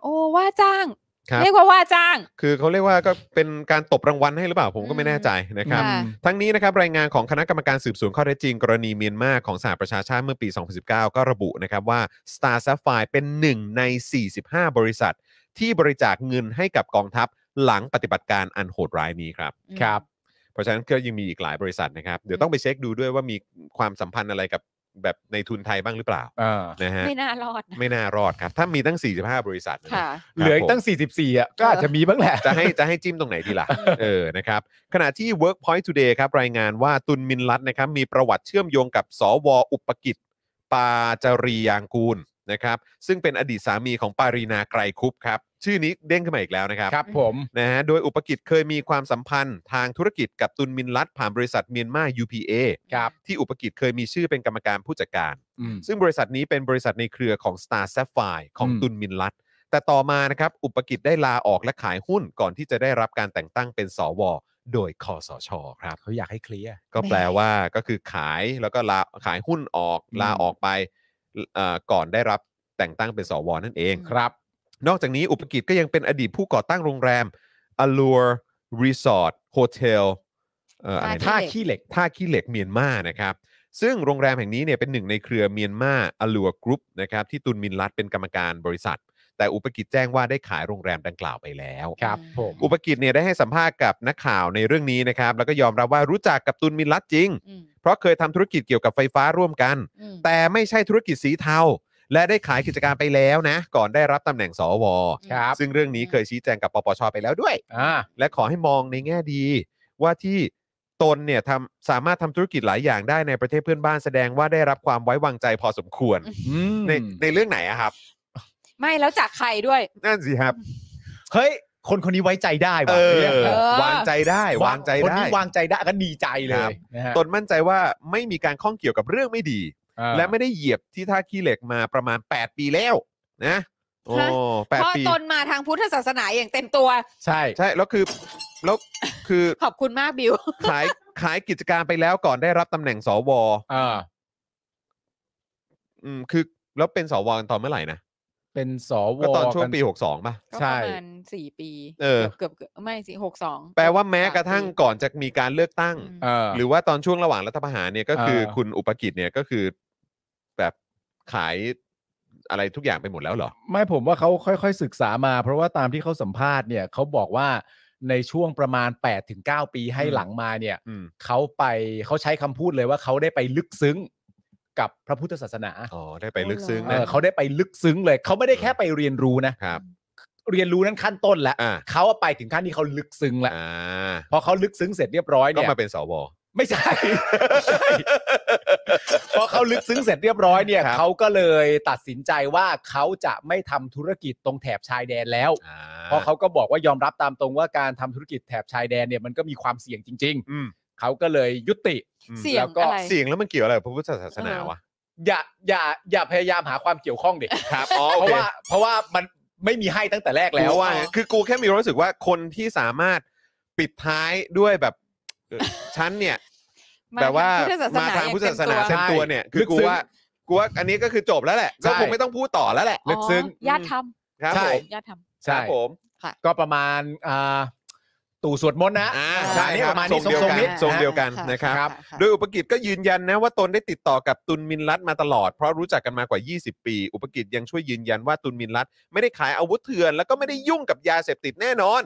[SPEAKER 2] โอ้ว่าจ้าง
[SPEAKER 1] ครับ
[SPEAKER 2] เรียกว่าว่าจ้าง
[SPEAKER 1] คือเขาเรียกว่าก็เป็นการตบรางวัลให้หรือเปล่าผมก็ไม่แน่ใจนะครับ
[SPEAKER 2] ค่ะ
[SPEAKER 1] ทั้งนี้นะครับรายงานของคณะกรรมการสืบสวนข้อเท็จจริง กรณีเมียนมาของสหประชาชาติเมื่อปี 2019 ก็ระบุนะครับว่า Star s a p p h i r e เป็นหนึ่งใน 45 บริษัท ที่บริจาคเงินให้กับกองทัพหลังปฏิบัติการอันโหดร้ายนี้ครับ
[SPEAKER 3] ครับ
[SPEAKER 1] เพราะฉะนั้นก็ยังมีอีกหลายบริษัทนะครับ เดี๋ยวต้องไปเช็คดูด้วยว่ามีความสัมพันธ์อะไรกับแบบในทุนไทยบ้างหรือเปล่า
[SPEAKER 3] เออ
[SPEAKER 1] นะฮะ
[SPEAKER 2] ไม่น่ารอดนะ
[SPEAKER 1] ไม่น่ารอดครับ ถ้ามีตั้ง 45 บริษัทนะ
[SPEAKER 2] ค่ะ
[SPEAKER 1] ครับ
[SPEAKER 3] เหลืออีกตั้
[SPEAKER 1] ผม
[SPEAKER 3] ง 44 อ่ะ ก็อาจจะมีบ้างแหละ
[SPEAKER 1] จะให้จะให้จิ้มตรงไหนดีล่ะ เออ นะครับ ขณะที่ Workpoint Today ครับ รายงานว่าตุนมินลัตนะครับ มีประวัติเชื่อมโยงกับสวอุปกิจ ปาจารียางกูลนะครับ ซึ่งเป็นอดีตสามีของปารีนาไกรคุปต์ครับ ชื่อนี้เด้งขึ้นมาอีกแล้วนะครับ
[SPEAKER 3] ครับผม
[SPEAKER 1] นะฮะ โดยอุปกิจเคยมีความสัมพันธ์ทางธุรกิจกับตุนมินลัตผ่านบริษัทเมียนมา UPA
[SPEAKER 3] ครับ
[SPEAKER 1] ที่อุปกิจเคยมีชื่อเป็นกรรมการผู้จัดการ
[SPEAKER 3] อืม
[SPEAKER 1] ซึ่งบริษัทนี้เป็นบริษัทในเครือของ Star s a p p h i r e ของ
[SPEAKER 3] อืม
[SPEAKER 1] ตุนมินลัตแต่ต่อมานะครับ อุปกิจได้ลาออกและขายหุ้นก่อนที่จะได้รับการแต่งตั้งเป็นสว โดยคอสชครับ
[SPEAKER 3] เขาอยากให้เคลียร์
[SPEAKER 1] ก็แปลว่าก็คือขายแล้วก็ลาขายหุ้นออก
[SPEAKER 3] อืม
[SPEAKER 1] ลาออกไปเอ่อก่อนได้รับแต่งตั้งเป็นสว นั่นเอง
[SPEAKER 3] ครับ
[SPEAKER 1] นอกจากนี้อุปกิจก็ยังเป็นอดีตผู้ก่อตั้งโรงแรม Allure Resort Hotel เอ่ออะไรนะ
[SPEAKER 2] ท่า
[SPEAKER 3] ท่าขี้เหล็ก
[SPEAKER 1] ท่าขี้เหล็กเมียนมานะครับ ซึ่งโรงแรมแห่งนี้เนี่ยเป็นหนึ่งในเครือเมียนมาอลัวกรุ๊ปนะครับที่ตุนมินลัดเป็นกรรมการบริษัท แต่อุปกิจแจ้งว่าได้ขายโรงแรมดังกล่าวไปแล้ว
[SPEAKER 3] ครับผม
[SPEAKER 1] อุปกิจเนี่ยได้ให้สัมภาษณ์กับนักข่าวในเรื่องนี้นะครับ แล้วก็ยอมรับว่ารู้จักกับตุนมินลัดจริง
[SPEAKER 2] อืม
[SPEAKER 1] เพราะเคยทำธุรกิจเกี่ยวกับไฟฟ้าร่วมกัน
[SPEAKER 2] อืม
[SPEAKER 1] แต่ไม่ใช่ธุรกิจสีเทาและได้ขายกิจการไปแล้วนะ ก่อนได้รับตำแหน่งสว
[SPEAKER 3] ครับ
[SPEAKER 1] ซึ่งเรื่องนี้เคยชี้แจงกับปปชไปแล้วด้วย
[SPEAKER 3] อ่า
[SPEAKER 1] และขอให้มองในแง่ดี ว่าที่ตนเนี่ยทำสามารถทำธุรกิจหลายอย่างได้ในประเทศเพื่อนบ้านแสดงว่าได้รับความไว้วางใจพอสมควร
[SPEAKER 3] อืม
[SPEAKER 1] ในในเรื่องไหนอะครับ
[SPEAKER 2] ไม่แล้วจากใครด้วย
[SPEAKER 1] นั่นสิครับ
[SPEAKER 3] เฮ้ย คนคนนี้ไว้ใจได้
[SPEAKER 1] เอ
[SPEAKER 3] ว่ะ
[SPEAKER 1] อ
[SPEAKER 3] เออ
[SPEAKER 1] วางใจได้วางใจ
[SPEAKER 3] คน
[SPEAKER 1] ได้
[SPEAKER 3] นี้วางใจได้ก็ดีใจเล
[SPEAKER 1] ครับ
[SPEAKER 3] ยนะฮะ
[SPEAKER 1] ตนมั่นใจว่าไม่มีการข้องเกี่ยวกับเรื่องไม่ดี
[SPEAKER 3] เออ
[SPEAKER 1] และไม่ได้เหยียบที่ท่าขี้เหล็กมาประมาณ 8 ปีแล้ว นะโอ้
[SPEAKER 2] ฮะ
[SPEAKER 1] แปด
[SPEAKER 2] เพราะ
[SPEAKER 1] ปี
[SPEAKER 2] ตนมาทางพุทธศาสนาอย่างเต็มตัว
[SPEAKER 3] ใช่
[SPEAKER 1] ใช่ แล้วคือแล้วคือ
[SPEAKER 2] ขอบคุณมากบิว
[SPEAKER 1] ขายขายกิจการไปแล้วก่อนได้รับตำแหน่งสว
[SPEAKER 3] เออ
[SPEAKER 1] อืมคือแล้วเป็นสวกันตอนเมื่อไหร่นะ
[SPEAKER 3] เป็นสว
[SPEAKER 1] ก็ตอนช่วง
[SPEAKER 3] กั
[SPEAKER 1] ปี 62 ป่ะ
[SPEAKER 2] ก็
[SPEAKER 3] ใช่
[SPEAKER 2] ประมาณสี่ปี
[SPEAKER 1] เออ
[SPEAKER 2] เกือบเกือบไม่สิหกสอง
[SPEAKER 1] แปลว่าแม้กระทั่งก่อนจะมีการเลือกตั้ง
[SPEAKER 3] เออ
[SPEAKER 1] หรือว่าตอนช่วงระหว่างรัฐประหารเนี่ยก็คือ
[SPEAKER 3] เออ
[SPEAKER 1] คุณอุปกิจเนี่ยก็คือแบบขายอะไรทุกอย่างไปหมดแล้วเหรอ
[SPEAKER 3] ไม่ผมว่าเขาค่อยๆศึกษามา เพราะว่าตามที่เขาสัมภาษณ์เนี่ยเขาบอกว่าในช่วงประมาณ 8-9 ปีให้
[SPEAKER 1] อืม
[SPEAKER 3] หลังมาเนี่ย
[SPEAKER 1] อืม
[SPEAKER 3] เขาไปเขาใช้คำพูดเลยว่าเขาได้ไปลึกซึ้งกับพระพุทธศาสนา
[SPEAKER 1] อ๋อได้ไปลึกซึ้ง
[SPEAKER 3] เอ
[SPEAKER 1] นะ
[SPEAKER 3] อเขาได้ไปลึกซึ้งเลยเขาไม่ได้แค่ไปเรียนรู้นะ
[SPEAKER 1] ครับ
[SPEAKER 3] เรียนรู้นั้นขั้นต้นแล้ว
[SPEAKER 1] อ่า
[SPEAKER 3] เขาอะไปถึงขั้นที่เขาลึกซึ้งแล้ว
[SPEAKER 1] อ่า
[SPEAKER 3] พอเขาลึกซึ้งเสร็จเรียบร้อย
[SPEAKER 1] ก็
[SPEAKER 3] เนี่ย
[SPEAKER 1] มาเป็นสว
[SPEAKER 3] ไม่ใช่ ไม่ใช่ พอเขาลึกซึ้งเสร็จเรียบร้อยเนี่ย
[SPEAKER 1] ครับ
[SPEAKER 3] เขาก็เลยตัดสินใจว่าเขาจะไม่ทำธุรกิจตรงแถบชายแดนแล้ว
[SPEAKER 1] อ่า
[SPEAKER 3] เพราะเขาก็บอกว่ายอมรับตามตรงว่าการทำธุรกิจแถบชายแดนเนี่ยมันก็มีความเสี่ยงจริง
[SPEAKER 1] อืม
[SPEAKER 3] ๆ เขาก็เลยยุติ
[SPEAKER 1] อืม
[SPEAKER 2] เสี่ยง
[SPEAKER 3] แล้วก็
[SPEAKER 2] อะไร
[SPEAKER 1] เสียงแล้วมันเกี่ยวอะไรกับพระพุทธศาสนาวะ
[SPEAKER 3] อย่าอย่าอย่าพยายามหาความเกี่ยวข้องเด็
[SPEAKER 1] ครับอ๋อ
[SPEAKER 3] เพ
[SPEAKER 1] โอเค
[SPEAKER 3] ราะว่าเพราะว่ามันไม่มีให้ตั้งแต่แรก
[SPEAKER 1] แล้
[SPEAKER 3] แล้ว ว
[SPEAKER 1] ว่าไงคือกูแค่มีความรู้สึกว่าคนที่สามารถปิดท้ายด้วยแบบเอ่อฉันเนี่ย
[SPEAKER 2] ม
[SPEAKER 1] แบบว่า
[SPEAKER 2] พุทธศส
[SPEAKER 1] มาทาง
[SPEAKER 2] อย่
[SPEAKER 1] พุทธศาสนา
[SPEAKER 2] ต็ม
[SPEAKER 1] เต็ม
[SPEAKER 2] ตัว
[SPEAKER 1] ตัวเนี่ย คือกูว่ากูว่าอันนี้ก็คือจบแล้วแหละก็คงไม่ต้องพูดต่อแล้วแหละ
[SPEAKER 3] ลึกซึ้ง
[SPEAKER 2] อ๋อญาติธรรม
[SPEAKER 1] ครับ
[SPEAKER 3] ใช่
[SPEAKER 1] ผม
[SPEAKER 2] ญาติธรรม
[SPEAKER 1] ครั
[SPEAKER 3] ใช่
[SPEAKER 1] บผม
[SPEAKER 3] ก็ประมาณอ่าตู่สวดมนต์นะ
[SPEAKER 1] อ่า
[SPEAKER 2] ใช่
[SPEAKER 3] อันนี้
[SPEAKER 1] ครับ
[SPEAKER 3] ประมาณ
[SPEAKER 1] ทรง
[SPEAKER 3] นี้ท
[SPEAKER 1] เดียว
[SPEAKER 3] รง
[SPEAKER 1] กัน
[SPEAKER 3] ๆนี้
[SPEAKER 1] ทรงเดียว
[SPEAKER 3] นะฮะ
[SPEAKER 1] นนะครับ
[SPEAKER 2] ค่ะ
[SPEAKER 1] โดยอุปกิจก็ยืนยันนะว่าตนได้ติดต่อกับตุนมินรัตมาตลอด เพราะรู้จักกันมากว่า 20 ปี อุปกิจยังช่วยยืนยันว่าตุนมินรัตไม่ได้ขายอาวุธเถื่อน แล้วก็ไม่ได้ยุ่งกับยาเสพติดแน่นอน